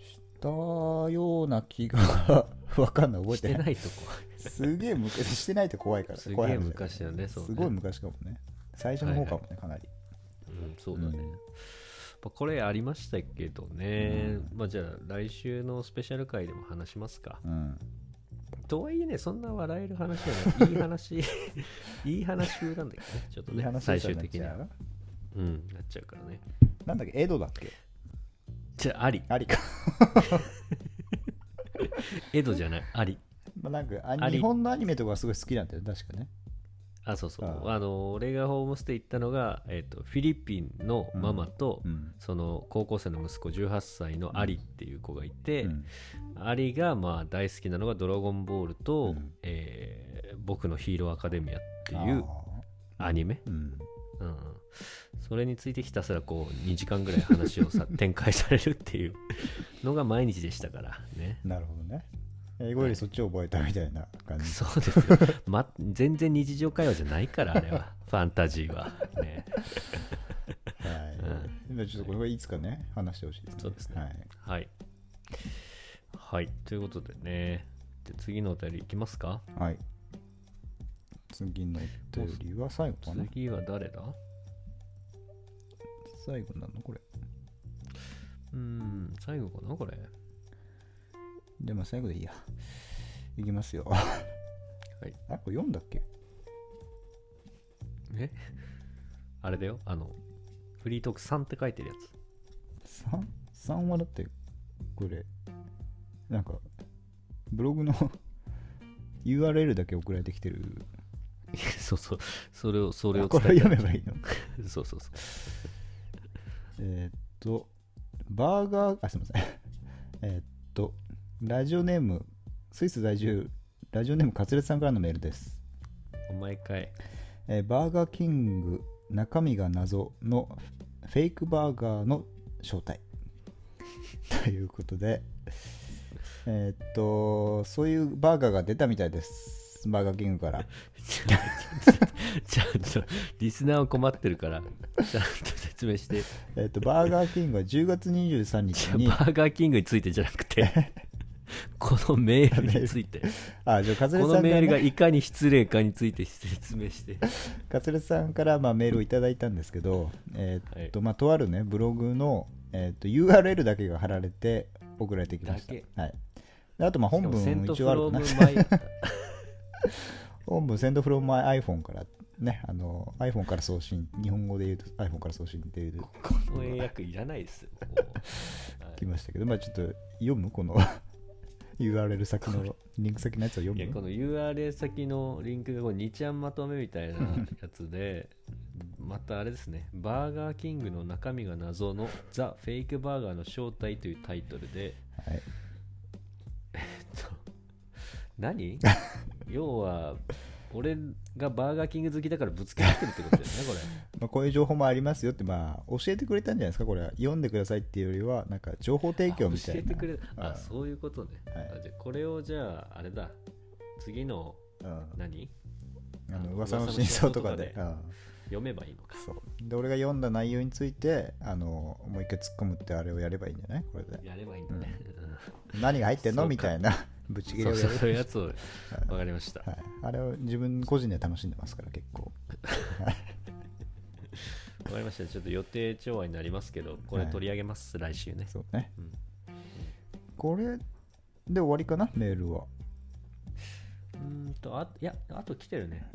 S2: したような気が わかんない覚え
S1: してて
S2: ない
S1: ないとこ
S2: すげえ昔してないと怖いから
S1: すげえ
S2: 怖い話だよ
S1: 昔だねそうね
S2: すごい昔かもね最初の方かもね、かなり
S1: うんそうだね、
S2: うん
S1: まあこれありましたけどね、まあじゃあ来週のスペシャル回でも話しますか
S2: うん
S1: とはいえねそんな笑える話じゃないいい 話いい話風なんだけどねちょっと
S2: いい
S1: ね
S2: 話
S1: 最
S2: でした
S1: 終
S2: ね
S1: 的に
S2: じゃ
S1: は
S2: あ
S1: うんなっちゃうからね
S2: なんだっけエドだっけ
S1: じゃああり
S2: ありか
S1: 江戸じゃないあり
S2: まあなんか
S1: あ
S2: あ
S1: り
S2: 日本のアニメとかはすごい好きなんだよね確かね
S1: あそうそう
S2: あ
S1: あの俺がホームステイ行ったのが、えっとフィリピンのママと、
S2: うん
S1: その高校生の息子18歳のアリっていう子がいて、
S2: うん
S1: アリがまあ大好きなのが「ドラゴンボールと」
S2: うん
S1: えー僕のヒーローアカデミア」っていう
S2: あ
S1: アニメ、
S2: ーうん
S1: うんうん、それについてひたすらこう2時間ぐらい話を さ展開されるっていうのが毎日でしたからね
S2: なるほどね英語よりそっちを覚えたみたいな感じ
S1: そうですよ、 ま、全然日常会話じゃないからあれ はファンタジーはね
S2: はい。今ちょっとこれはいつかね、話してほしいですね。
S1: そうですね
S2: はい。
S1: はいはいということでねで次のお便りいきますか
S2: はい、次のお便りは最後かな
S1: 次は誰だ
S2: 最後なのこれ。
S1: うん最後かなこれ
S2: でも最後でいいや。いきま すよ。
S1: い
S2: あ、これ読んだっけ
S1: えあれだよあのフリートーク3って書いてるやつ
S2: ?3? 三はだって、これ、なんか、ブログの URL だけ送られてきてる。
S1: いや そうそうそれをそれを
S2: あこ
S1: 伝
S2: れ
S1: えた
S2: 読めばいい の
S1: そうそうそう
S2: えーっと、バーガー、あ、すみません。 えーっと、ラジオネーム、スイス在住、ラジオネーム、カツレツさんからのメールです。
S1: お前か い
S2: えーバーガーキング、中身が謎のフェイクバーガーの正体。 ということで、えーっと、そういうバーガーが出たみたいです。バーガーキングから。
S1: ちゃんとリスナーを困ってるからちゃんと説明して
S2: えーっと、バーガーキングは10月23日
S1: バ
S2: に、
S1: ーガーキングについてじゃなくて このメールについて
S2: あ、じゃあ、カツ
S1: こ
S2: レツ
S1: の
S2: さんか
S1: メー
S2: ら
S1: ル
S2: ね
S1: がいかに失礼かについて 説明して
S2: カツレツさんからまあメールをいただいたんですけど、えーっとまあ、とある、ね、ブログの、えーっと URL だけが貼られて送られてきました
S1: だけ。
S2: はい、であとまあ本文も一応あるかな。
S1: マイ
S2: 本文、センドフロムマイ iPhone から、ね、あの iPhone から送信、日本語で言うと iPhone から送信っていう
S1: この英訳いらないですよもう はい
S2: きましたけど、まあ、ちょっと読むこの URL 先の、リンク先のやつを読
S1: いやこの
S2: む。
S1: URL 先のリンクがこう2ちゃんまとめみたいなやつでまたあれですねバーガーキングの中身が謎のザ・フェイクバーガーの正体というタイトルで
S2: はい
S1: えっと 何要は俺がバーガーキング好きだからぶつけ合ってるってことだよねこれ
S2: まあ、こういう情報もありますよって、まあ、教えてくれたんじゃないですか、これは。読んでくださいっていうよりは、なんか情報提供みたい
S1: あ
S2: な。
S1: 教えてくれあ
S2: うん
S1: そういうことね、
S2: はい
S1: あじゃあこれをじゃああれだ次の
S2: うん
S1: 何
S2: あ
S1: あの
S2: の噂の真相とかで
S1: 噂読めばいいのか
S2: うんそうで俺が読んだ内容についてあのもう一回突っ込むってあれをやればいいんじゃないこれで
S1: やればいいんだね、うん
S2: 何が入ってんの
S1: そうか
S2: みたいなぶち切れ
S1: そう
S2: をや
S1: そうそ
S2: る
S1: ういうやつを分かりました、
S2: はい、あれを自分個人で楽しんでますから結構
S1: 分かりましたちょっと予定調和になりますけどこれ
S2: はい
S1: 取り上げます、来週ね
S2: そうね、
S1: うん
S2: これで終わりかなメールは
S1: うーんとあいやあと来てるね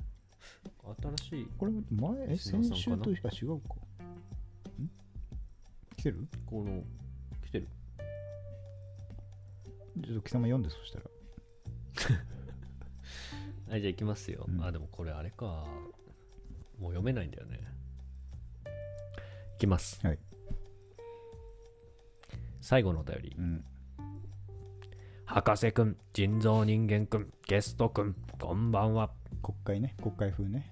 S1: 新しい
S2: これ前え
S1: 石野さんか
S2: 先
S1: な
S2: 週とあ違うかん来てる
S1: この来てる
S2: ちょっと貴様読んでそしたら
S1: はいじゃあ行きますよ、
S2: うん
S1: あでもこれあれかもう読めないんだよねいきます
S2: はい、
S1: 最後のお便り
S2: うん、
S1: 博士くん人造人間くんゲストくんこんばんは
S2: 国会ね国会風ね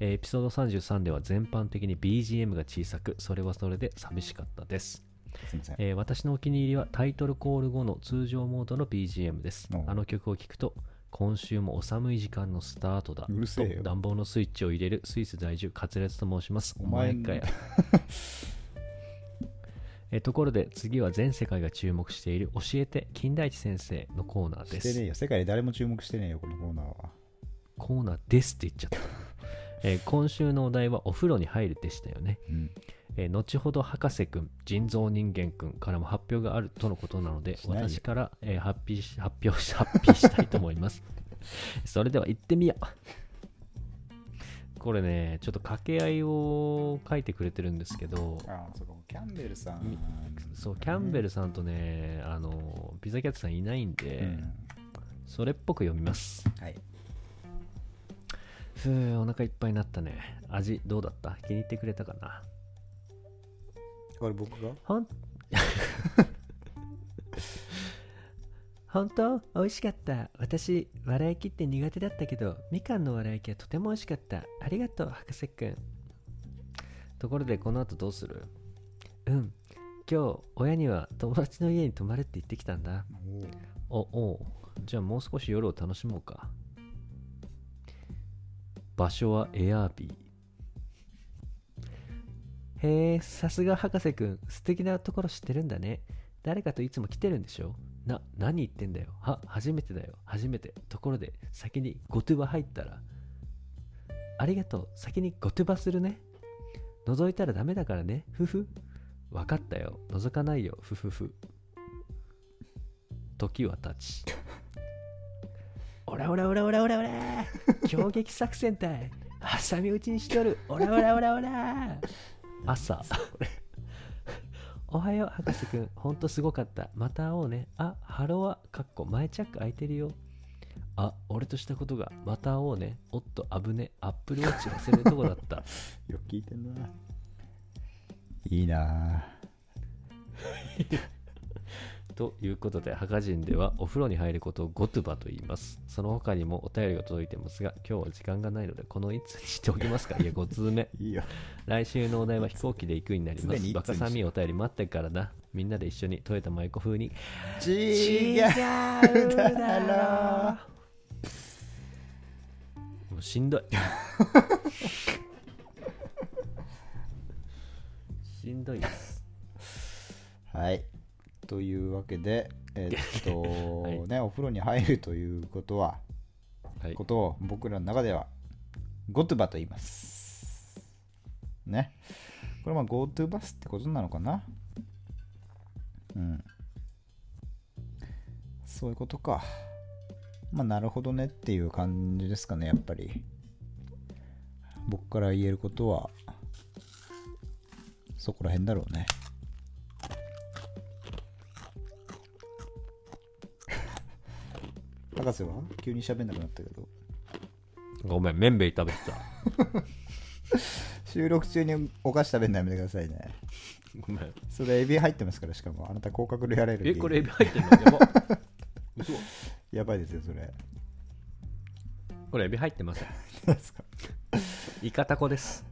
S1: えーエピソード33では全般的に BGM が小さくそれはそれで寂しかったです
S2: すいません
S1: えー私のお気に入りはタイトルコール後の通常モードの BGM です
S2: おう。
S1: あの曲を聴くと今週もお寒い時間のスタートだ。
S2: うるせえよ
S1: と暖房のスイッチを入れるスイス在住、カツレツと申します。
S2: お前
S1: 毎回えところで次は全世界が注目している教えて金田一先生のコーナー
S2: し
S1: で
S2: てね
S1: す
S2: え。よ世界で誰も注目してねえよこのコーナーは
S1: コーナーですって言っちゃった。えー今週のお題はお風呂に入るでしたよね。
S2: うん
S1: えー後ほど博士くん人造人間くんからも発表があるとのことなので
S2: しないよ
S1: 私から、えー発表し発表し 発表したいと思います それでは行ってみようこれねちょっと掛け合いを書いてくれてるんですけど
S2: ああそうかキャンベルさ
S1: み
S2: ん
S1: そうキャンベ
S2: ル
S1: ルさんとねあのピザキャッツさんいないんで、それっぽく読みます
S2: はい
S1: ふうお腹いっぱいになったね味どうだった気に入ってくれたかな
S2: あれ僕が
S1: ほん本当美味しかった私笑いきって苦手だったけどみかんの笑いきはとても美味しかったありがとう博士くんところでこの後どうするうん今日親には友達の家に泊まるって言ってきたんだ
S2: おー
S1: おおうじゃあもう少し夜を楽しもうか場所はエアービーへえさすが博士くん素敵なところ知ってるんだね誰かといつも来てるんでしょな何言ってんだよは初めてだよ初めてところで先にゴトゥバ入ったらありがとう先にゴトゥバするね覗いたらダメだからねふふわかったよ覗かないよふふふ時は経ち オラオラオラオラオラ オラ強撃作戦隊挟み撃ちにし とるオラオラオラオラ朝おはよう博士くんほんとすごかったまた会おうねあハロワかっこ前チャック開いてるよあ俺としたことがまた会おうねおっと危ねアップルウォッチ忘れるとこだった
S2: よく聞いてんな。いいな
S1: ということで、ハカ人ではお風呂に入ることをゴトゥバと言います。その他にもお便りが届いてますが、今日は時間がないので、この1つにしておきますか。いや、5通目。
S2: いいよ。
S1: 来週のお題は飛行機で行くになりま
S2: 常に
S1: す。
S2: 一通
S1: バ
S2: にして
S1: カさみお便り待ってからな。みんなで一緒にトヨタ舞子風に。
S2: 違う
S1: う
S2: だろ
S1: もうしんど い。しんどいです。
S2: はい。というわけで、えっと、
S1: い
S2: ね、お風呂に入るということは、
S1: はい
S2: こ。とを僕らの中では、ゴトゥバと言います。ね。これまあ、ゴトゥバスってことなのかなうん。そういうことか。まあ、なるほどねっていう感じですかね、やっぱり。僕から言えることは、そこら辺だろうね。博士は急に喋んなくなったけど。
S1: ごめん、麺べい食べてた。
S2: 収録中にお菓子食べるのやめてくださいね。
S1: ごめん。
S2: それエビ入ってますからしかもあなた甲殻類アレルギ
S1: え、
S2: ー
S1: これエビ入ってんの やば。嘘
S2: やばいですよそれ
S1: これエビ入ってません。
S2: 何ですか
S1: イカタコです。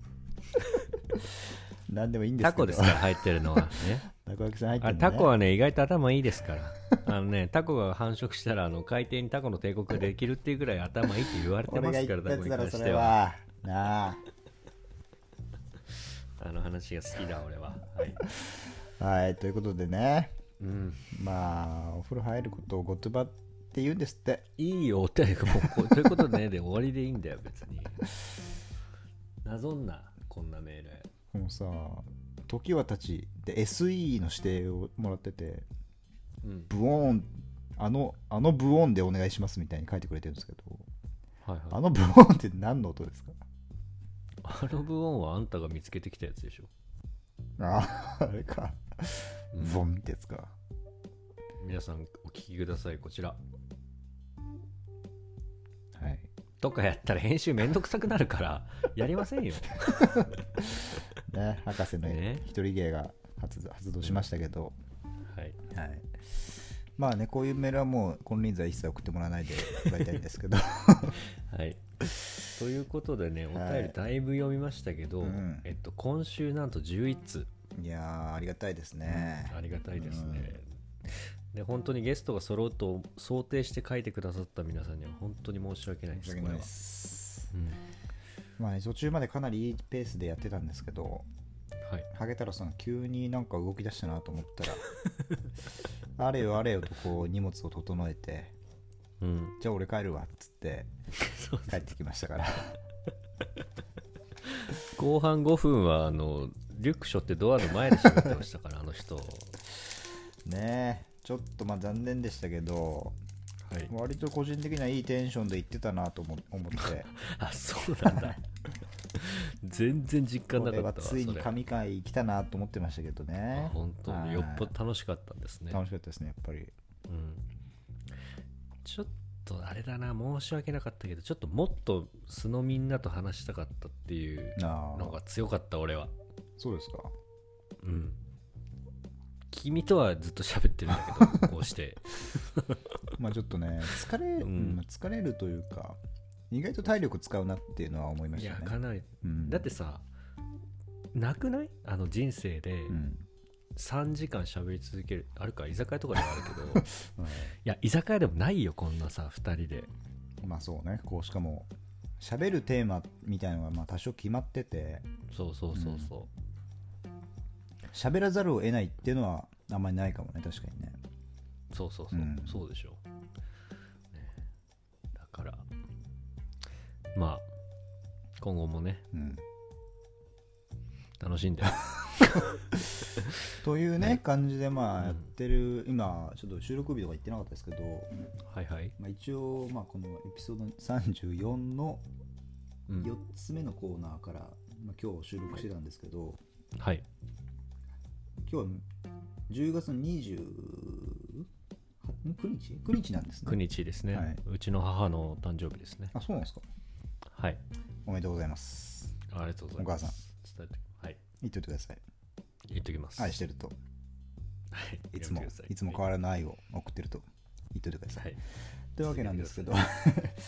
S2: 何でもいいんですけ
S1: タ
S2: ど
S1: コ ですから入ってるのは。ね。
S2: たこ焼きさん入って
S1: あれ
S2: るね
S1: タコはね、意外と頭いいですから。あのね、タコが繁殖したら、あの海底にタコの帝国ができるっていうぐらい頭いいって言われて
S2: 俺
S1: ま
S2: が
S1: すか
S2: 言っ
S1: ら、
S2: た
S1: タコ
S2: やつ
S1: に
S2: だろ
S1: 関
S2: そ
S1: し
S2: れ
S1: ては。
S2: はな
S1: あの話が好きだ、俺は。はい。
S2: あはいということでね
S1: うん。
S2: まあお風呂入ることをゴトバって言うんですって
S1: いいよ、お便りもうこうということでね、で終わりでいいんだよ、別に。なぞんな、こんなメール。
S2: このさ「時は経ち」で SE の指定をもらってて
S1: うん。
S2: ブオーンあのあのブオーンでお願いしますみたいに書いてくれてるんですけど
S1: はいはい。
S2: あのブオーンって何の音ですか
S1: アロブオンはあんたが見つけてきたやつでしょ。
S2: ああれか
S1: うん
S2: ボンってやつか
S1: 皆さんお聞きくださいこちら
S2: はい
S1: とかやったら編集めんどくさくなるから やりませんよ
S2: ね、博士の
S1: ね
S2: 一人芸が発動発動しましたけど、
S1: はい
S2: はい、まあねこういうメールはもう金輪際一切送ってもらわないでもらいたいんですけど、
S1: はいということでねお
S2: はい
S1: 便りだいぶ読みましたけど、
S2: うん
S1: えっと、今週なんと11通
S2: いやーありがたいですね、
S1: ありがたいですね、で本当にゲストが揃うと想定して書いてくださった皆さんには本当に申し訳ないで
S2: 申し
S1: す
S2: 訳
S1: こ
S2: ない
S1: れ
S2: で
S1: は、
S2: す
S1: うん
S2: まあね途中までかなりいいペースでやってたんですけど
S1: はい、
S2: ハゲ太郎さんが急になんか動き出したなと思った らあれよあれよとこう荷物を整えて
S1: うん、
S2: じゃあ俺帰るわっつって
S1: そう
S2: 帰ってきましたから
S1: 後半5分はあのリュックショってドアの前で喋ってましたからあの人は
S2: ねえちょっとまあ残念でしたけど
S1: い
S2: 割と個人的にはいいテンションで行ってたなと思 思って
S1: あそうなん だ全然実感
S2: こ
S1: な
S2: れ
S1: か
S2: は
S1: ったわ
S2: ついに
S1: それ
S2: 神回来たなと思ってましたけどね
S1: あ本当
S2: は
S1: に
S2: い
S1: よっぽど楽しかったんですね、
S2: 楽しかったですねやっぱり
S1: うん、ちょっとあれだな申し訳なかったけどちょっともっと素のみんなと話したかったっていう
S2: あ
S1: の
S2: あ
S1: が強かった俺は
S2: そうですか
S1: うん君とはずっと喋ってるんだ けどこうして
S2: まあちょっとね疲れ、
S1: う
S2: うんん疲れるというか意外と体力使うなっていうのは思いま
S1: い
S2: し
S1: や
S2: た
S1: か
S2: ね
S1: なり
S2: うん
S1: だってさなくないあの人生で
S2: うん
S1: 3時間喋り続けるあるか居酒屋とかでもあるけどい
S2: うん
S1: や居酒屋でもないよこんなさ2人で
S2: まあそうねこうしかも喋るテーマみたいなのがまあ多少決まってて
S1: そうそうそうそう、
S2: 喋らざるを得ないっていうのはあんまりないかもね確かにね
S1: そうそうそう、
S2: うん
S1: そうでしょねだからまあ今後もね
S2: うん
S1: 楽しん で
S2: というね
S1: ね
S2: 感じでま
S1: うん
S2: あやってる、今ちょっと収録日とか言ってなかったですけど、
S1: はいはい、
S2: まあ、一応まあこのエピソード34の
S1: うん
S2: 4つ目のコーナーから、まあ、今日収録してたんですけど、
S1: はい
S2: 今日は10月の29日 ?9 日なんです
S1: 9
S2: ね
S1: 日ですね、
S2: はいう
S1: ちの母の誕生日ですね
S2: あそうなんですか
S1: はい
S2: おめでとうございます
S1: ありがとうございます
S2: お母
S1: さん伝えてはい
S2: 言っといてください
S1: 言っときます
S2: 愛してると
S1: はい
S2: いつも
S1: やめてくださ
S2: いつも変わらない愛を送ってると言っといてください、
S1: はい
S2: というわけなんですけど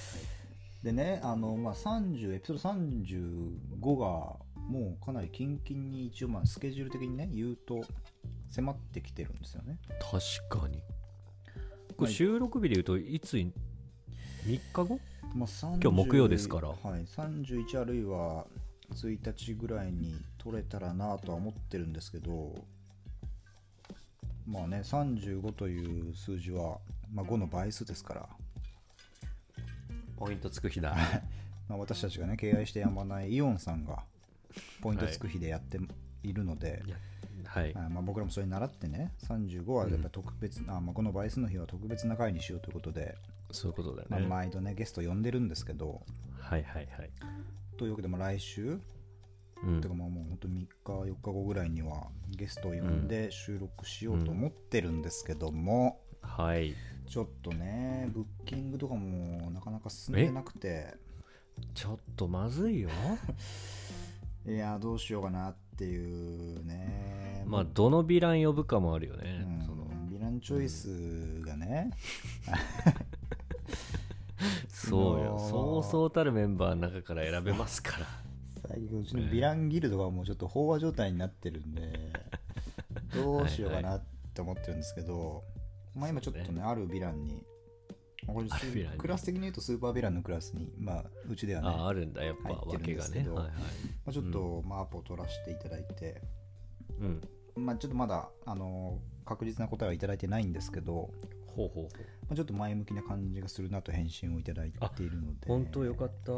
S2: でねあの、まあ、30エピソード35がもうかなりキンキンに一応まあスケジュール的にね言うと迫ってきてるんですよね
S1: 確かにこ
S2: まあ
S1: れ収録日で言うといつい3日後
S2: まあ、今
S1: 今日木曜ですから
S2: はい、31あるいは1日ぐらいに取れたらなとは思ってるんですけどまあね35という数字は、まあ、5の倍数ですから、
S1: ポイントつく日だ
S2: まあ、私たちがね敬愛してやまないイオンさんがポイントつく日でやっているので、
S1: はい
S2: はいまあ、僕らもそれに習ってね35はやっぱ特別な、まあ、この倍数の日は特別な回にしようということで、
S1: そういうことだよ
S2: まあ、
S1: ね、
S2: 毎度ねゲスト呼んでるんですけど
S1: はいはいはい、
S2: というわけでも来週
S1: うん
S2: てかまあもうほんと3日4日後ぐらいにはゲストを呼んで収録しようと思ってるんですけども、
S1: はい
S2: ちょっとねブッキングとかもなかなか進んでなくて
S1: ちょっとまず いよ
S2: いやどうしようかなっていうね
S1: まあどのヴィラン呼ぶかもあるよ
S2: う
S1: ね、
S2: ん
S1: その
S2: ヴィランチョイスがね、
S1: そう
S2: う
S1: よ
S2: わー
S1: そうそうたるメンバーの中から選べます から
S2: 最近うちのヴィランギルドがもうちょっと飽和状態になってるんで どうしようかなって思ってるんですけど、まあ今ちょっと
S1: そう
S2: ねあるヴィランにまあこれ
S1: あるヴィランに
S2: クラス的に言うとスーパーヴィランのクラスにまあうちではね
S1: ああるんだやっぱ
S2: 入
S1: わ
S2: ってる
S1: け
S2: んで
S1: が
S2: すけ
S1: ね
S2: ど
S1: はいはい
S2: まあ、ちょっと、まあ、アポを取らせていただいて、
S1: うん
S2: まあ、ちょっとまだあの確実な答えはいただいてないんですけど、
S1: ほうほうほう
S2: まあ、ちょっと前向きな感じがするなと返信をいただいているので
S1: 本当よかった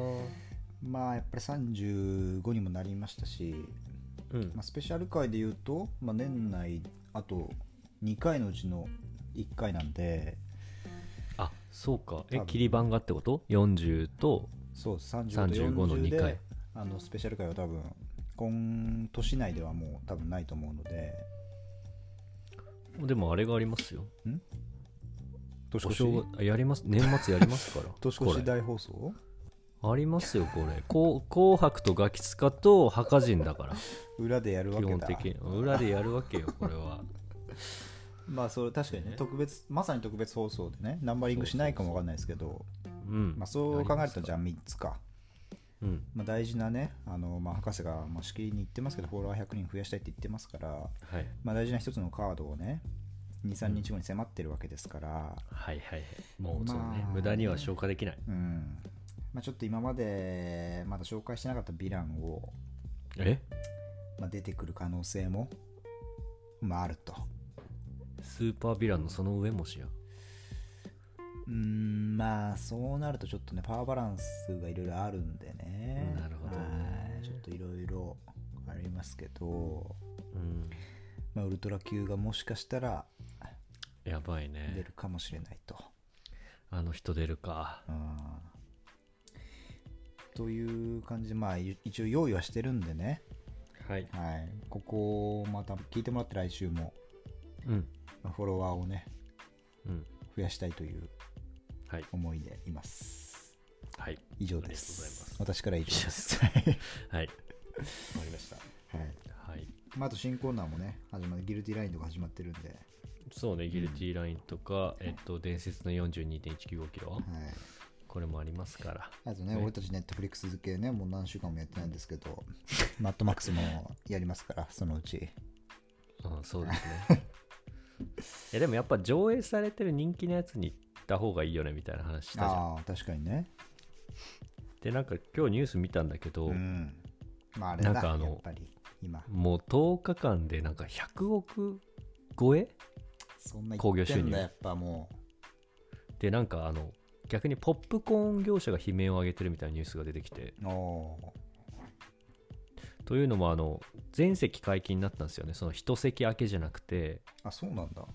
S2: まあやっぱり35にもなりましたし、
S1: うん
S2: まあ、スペシャル回で言うと、まあ、年内あと2回のうちの1回なんで
S1: あそうかえ
S2: 多分
S1: 切り番がってこと40と
S2: そう35と
S1: 35の
S2: 40
S1: 2回
S2: であのスペシャル回は多分今年内ではもう多分ないと思うので
S1: でもあれがありますよ
S2: 年
S1: お
S2: 越し
S1: 正月あやります年末やりますから
S2: 年越
S1: こ
S2: し
S1: れ
S2: 大放送
S1: ありますよこれこう紅白とガキ使と墓人だから
S2: 裏でやるわ
S1: 基
S2: け
S1: 本
S2: だ
S1: 的に裏でやるわけよこれは
S2: まあそれ確かにね特別まさに特別放送でねナンバリングしないかもわかんないですけど
S1: うん
S2: まあそう考えると
S1: ありますか
S2: じゃあ3つか、
S1: うん
S2: まあ、大事なねあの、まあ、博士がまあしきりに言ってますけどフォロワー100人増やしたいって言ってますから、
S1: はい
S2: まあ、大事な一つのカードをね23日後に迫ってるわけですから、
S1: はいはいはいもうそうね、
S2: まあ
S1: 無駄には消化できない
S2: うんまあ、ちょっと今までまだ紹介してなかったヴィランを、
S1: え
S2: まあ、出てくる可能性も、まあ、あると
S1: スーパーヴィランのその上もしや
S2: うんまあそうなるとちょっとねパワーバランスがいろいろあるんでね
S1: なるほどね
S2: はいちょっといろいろありますけど、
S1: うん
S2: まあ、ウルトラ級がもしかしたら
S1: やばい
S2: 出
S1: ね
S2: るかもしれないと。
S1: あの人出るか
S2: うんという感じで、まあ、い一応用意はしてるんでね、
S1: はい
S2: はい、ここをまた聞いてもらって来週も
S1: うん
S2: まあフォロワーをね
S1: うん
S2: 増やしたいという
S1: はい
S2: 思いでいます
S1: はい
S2: 以上
S1: ありがとうござ
S2: で
S1: いますす
S2: 私から以上です、
S1: はい終わりました
S2: はい
S1: はい
S2: まあ、あと新コーナーもね始まってギルティラインとか始まってるんで、はい、
S1: そうねギルティーラインとか、えっと伝説の42.195キロこれもありますから
S2: あとね、
S1: はい
S2: 俺たちネットフリックス付けねもう何週間もやってないんですけど マットマックスもやりますからそのうち
S1: うん、そうですね。 いやでもやっぱ上映されてる人気のやつに行った方がいいよねみたいな話したじゃん。
S2: ああ確かにね
S1: で、なんか今日ニュース見たんだけど、
S2: うんまああれだ
S1: なんかあの
S2: やっぱり今
S1: もう10日間でなんか100億超え
S2: そんな
S1: 興行
S2: 言って
S1: 収
S2: ん
S1: 入
S2: だやっぱも
S1: で、なんかあの、逆にポップコーン業者が悲鳴を上げてるみたいなニュースが出てきて、
S2: うお
S1: というのもあの、全席解禁になったんですよね。その一席空けじゃなくて、
S2: ーあそうなんだ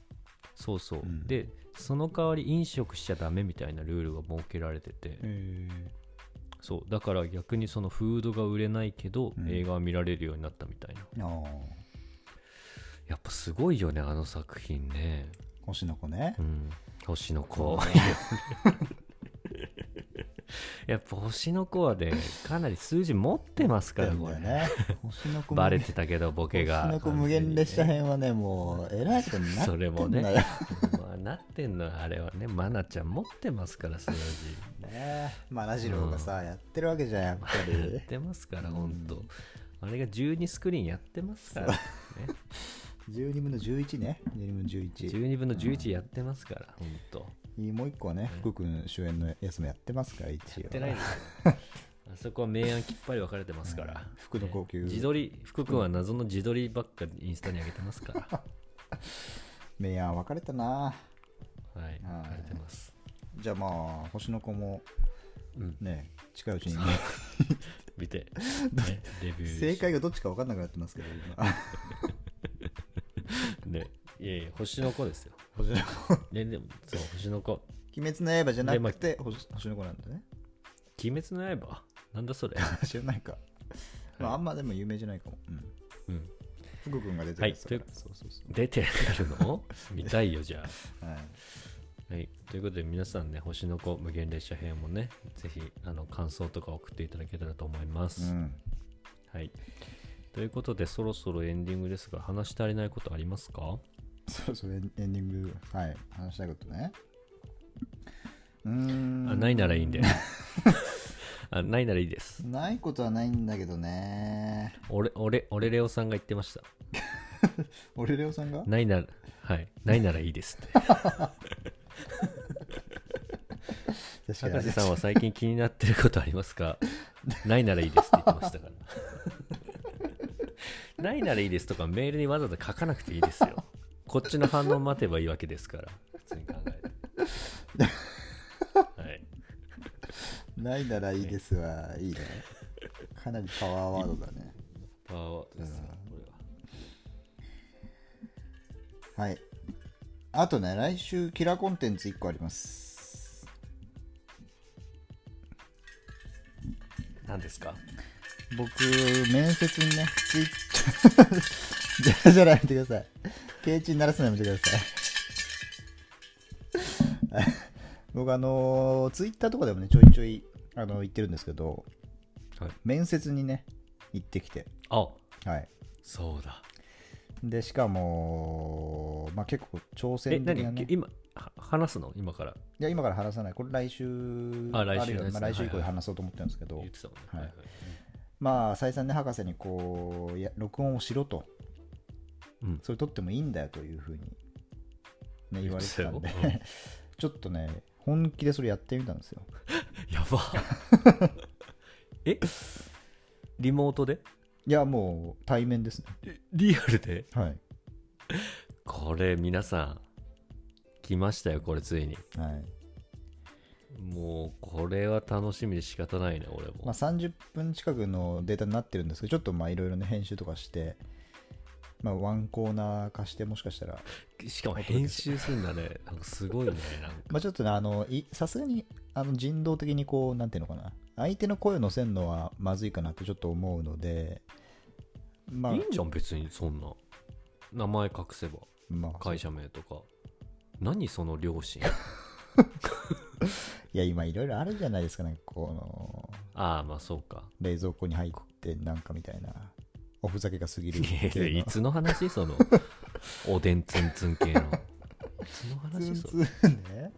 S1: そうそう。
S2: うん
S1: で、その代わり飲食しちゃダメみたいなルールが設けられてて、
S2: え
S1: そうだから逆にそのフードが売れないけど、
S2: うん
S1: 映画は見られるようになったみたいな
S2: えああ
S1: やっぱすごいよねあの作品ね
S2: 星の子ね
S1: うん星の子 やっぱ星の子はねかなり数字持ってますから
S2: だ
S1: これ、
S2: ね星の子
S1: バレてたけどボケが
S2: 星の子無限列車編はねもうえらいことになって
S1: それ
S2: ん
S1: も
S2: だ
S1: ね
S2: よ、
S1: まあなってんのよあれはねマナちゃん持ってますから数字
S2: ねまあラジローがさ、やってるわけじゃんやっぱ
S1: や
S2: り
S1: ってますから
S2: うん
S1: ほんとあれが12スクリーンやってますからね
S2: 12分の11ね12分の11
S1: 12分の11やってますから、ほんと。
S2: もう一個はね福君主演のやつもやってますから一応
S1: やってないんですよ。あそこは明暗きっぱり分かれてますから。
S2: 福の高級、
S1: 自撮り、福君は謎の自撮りばっかりインスタに上げてますから。
S2: 明暗分かれたな
S1: はい、
S2: はい
S1: 分かれてます。
S2: じゃあまあ星の子も
S1: うん、
S2: ね近いうちにね
S1: 見 て、ねレビューし
S2: 正解がどっちか分かんなくなってますけど 今
S1: ね。いやいや、星の子ですよ。
S2: 星の子
S1: ね、でも、そう、星の子。
S2: 鬼滅の刃じゃなくて星星の子なんだね
S1: 鬼滅の刃なんだ それ。
S2: 知らないか、まあ、あんまでも有名じゃないかも、うん、
S1: うん、
S2: 福君が出てるやつだから、
S1: はい
S2: そうそうそ
S1: 出てる の見たいよ、じゃあ。
S2: う、はい、
S1: はい、ということで皆さんね、星の子無限列車編もね、ぜひあの感想とか送っていただけたらと思います。
S2: うん
S1: はい。ということで、そろそろエンディングですが、話し足りないことありますか
S2: そうそう、エンエンディング、はい、話したいことね。うーん。
S1: あないならいいんで。 あないならいいです。
S2: ないことはないんだけどね。
S1: 俺、俺、俺レオさんが言ってました。
S2: 俺、レオさんが
S1: ないなら、はい、ないならいいです って。
S2: 確
S1: 博士さんは最近気になってることありますかないならいいですって言ってました から。ないならいいですとかメールにわざわざ書かなくていいですよ。こっちの反応待てばいいわけですから、普通に考え て。はい。
S2: ないならいいですわ、いいね。かなりパワーワードだね。
S1: パワーワードですよ、これは。
S2: はい。あとね、来週、キラーコンテンツ1個あります。
S1: 何ですか
S2: 僕、面接にね、ツイッター、 じゃらじゃらやめてください。ケイチにならすのやめてください。 僕、あのツイッターとかでもね、ちょいちょい、あの言ってるんですけど、
S1: はい
S2: 面接にね、行ってきて、
S1: あ
S2: はい。
S1: そうだ。
S2: で、しかも、まあ、結構、挑
S1: え、
S2: 戦的な
S1: 何
S2: ね。い
S1: 今、は話すの今から
S2: や、今から話さない。これ、来週、
S1: あ来週
S2: るいは
S1: のやつね
S2: まあ、来週
S1: は
S2: 以降
S1: い
S2: で
S1: はい
S2: 話そうと思ってるんですけど、
S1: 言ってたもんね。
S2: はい
S1: はいはい
S2: まあ、再三ね、博士に、こう、いや録音をしろと。
S1: うん、
S2: それ撮ってもいいんだよというふうにね、言われてたんで
S1: 言ってたよ
S2: ちょっとね本気でそれやってみたんですよ
S1: やばえリモートで
S2: いやもう対面ですね
S1: リアルで
S2: はい
S1: これ皆さん来ましたよこれついに
S2: はい
S1: もうこれは楽しみで仕方ないね俺も、
S2: まあ、30分近くのデータになってるんですけどちょっとまあいろいろね編集とかして、まあ、ワンコーナー化してもしかしたら、
S1: しかも編集するんだねなんかす ごいねなんか
S2: まあ、ちょっとねあのいさすがにあの人道的にこうなんていうのかな相手の声を乗せるのはまずいかなってちょっと思うのでまあ
S1: いいんじゃん別にそんな名前隠せば
S2: まあ、
S1: 会社名とか何その両親
S2: いや今いろいろあるじゃないですかなんかこの
S1: ああまあそうか
S2: 冷蔵庫に入ってなんかみたいなおふざけが過ぎる
S1: いやいやいつの話そのおでんツンツン系のいつの話それ
S2: ツンツンね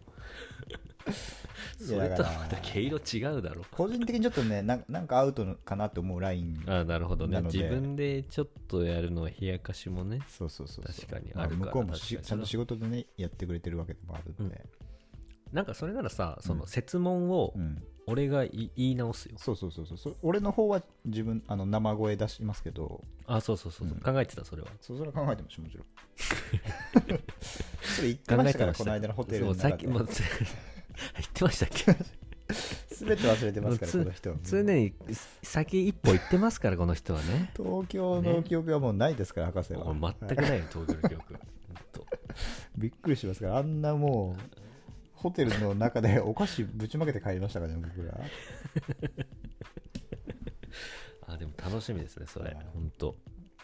S1: それとはまた毛色違うだろ
S2: 個人的にちょっとねなんなんかアウトかなと思うライン
S1: ああなるほどね
S2: なので
S1: 自分でちょっとやるのは冷やかしもね
S2: そうそうそうそう
S1: 確かに
S2: まあ
S1: あるか
S2: 向
S1: ら
S2: こうも
S1: 確か
S2: し
S1: に
S2: ちゃんと仕事でねやってくれてるわけでもあるんで、
S1: なんかそれならさその設問を
S2: うん
S1: 俺がい言い直すよ、
S2: そうそうそうそうそ俺の方は自分あの生声出しますけど
S1: あそうそうそうそう、
S2: うん
S1: 考えてたそれは
S2: そうそれは考えて ましたもちろんそれ言ってましたからこの間のホテルの
S1: そうさ
S2: 中
S1: っき
S2: で
S1: も う言ってましたっけ
S2: 全て忘れてますからこ
S1: もうつ
S2: の人はもう
S1: 常に先一歩行ってますからこの人はね
S2: 東京の記憶はもうないですから、博士は
S1: もう全くないよ東京の記憶ほんと
S2: びっくりしますからあんなもうホテルの中でお菓子ぶちまけて帰りましたからね僕ら
S1: あでも楽しみですねそれ
S2: はい
S1: 本当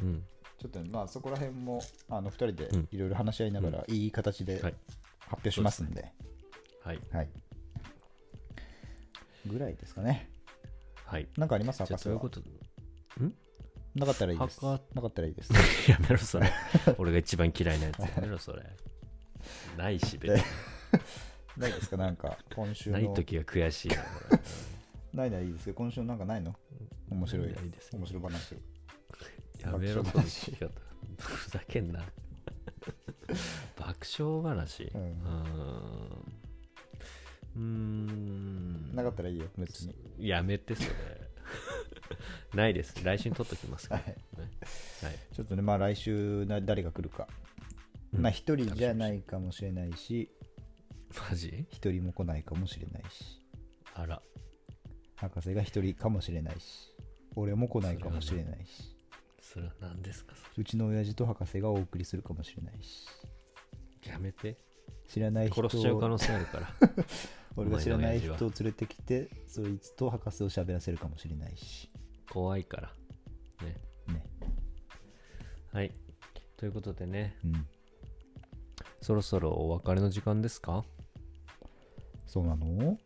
S1: うん
S2: ちょっとねまあそこら辺もあの2人で
S1: うん
S2: いろいろ話し合いながら、いい形で
S1: はい
S2: 発表しますんで、
S1: はい
S2: はい。ぐらいですかね。
S1: はい
S2: なんかあります
S1: じゃ
S2: 博
S1: あ
S2: 士
S1: そういう
S2: は
S1: こと
S2: なかったらいいです。
S1: 博
S2: なかったらい いです。
S1: やめろそれ俺が一番嫌いなやつやめろそれないし別に
S2: ないですかなんか、今週の。
S1: ない時が悔しい な俺
S2: ないならいいですけど、今週のなんかないの面白い。
S1: ないです
S2: 面白い話。
S1: やめろ
S2: 爆笑
S1: その聞き方ふざけんな爆笑話
S2: う
S1: うんーん
S2: なかったらいいよ、別に。
S1: やめてそれ ないです来週に取っときますか
S2: は
S1: ら、
S2: い。
S1: ねはい
S2: ちょっとね、まあ来週な誰が来るか。まあ一人じゃないかもしれないし、
S1: マジ
S2: 一人も来ないかもしれないし、
S1: あら
S2: 博士が一人かもしれないし、俺も来ないかもしれないし、
S1: それは何ですかそう
S2: ちの親父と博士がお送りするかもしれないし、
S1: れやめて
S2: 知らない人
S1: 殺しちゃう可能性あるから
S2: 俺が知らない
S1: お前の
S2: 人
S1: 親
S2: を連れてきてそいつと博士を喋らせるかもしれないし
S1: 怖いからね
S2: ね
S1: はいということでね
S2: うん
S1: そろそろお別れの時間ですか
S2: そうなの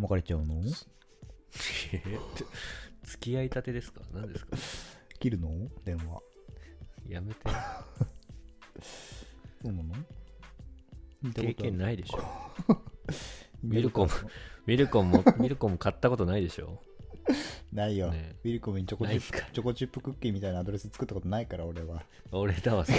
S2: 別れちゃうの
S1: えー付き合いたてですか何ですか
S2: 切るの電話
S1: やめて
S2: そうなの見
S1: 経
S2: たことある
S1: 験ないでしょ
S2: 見たことあるの
S1: ミルコンもミルコンも買ったことないでしょ
S2: ないよ、
S1: ね
S2: ウィルコムにチョコチッ
S1: ないか
S2: プチョコチップクッキーみたいなアドレス作ったことないから俺は
S1: 俺だわそ れ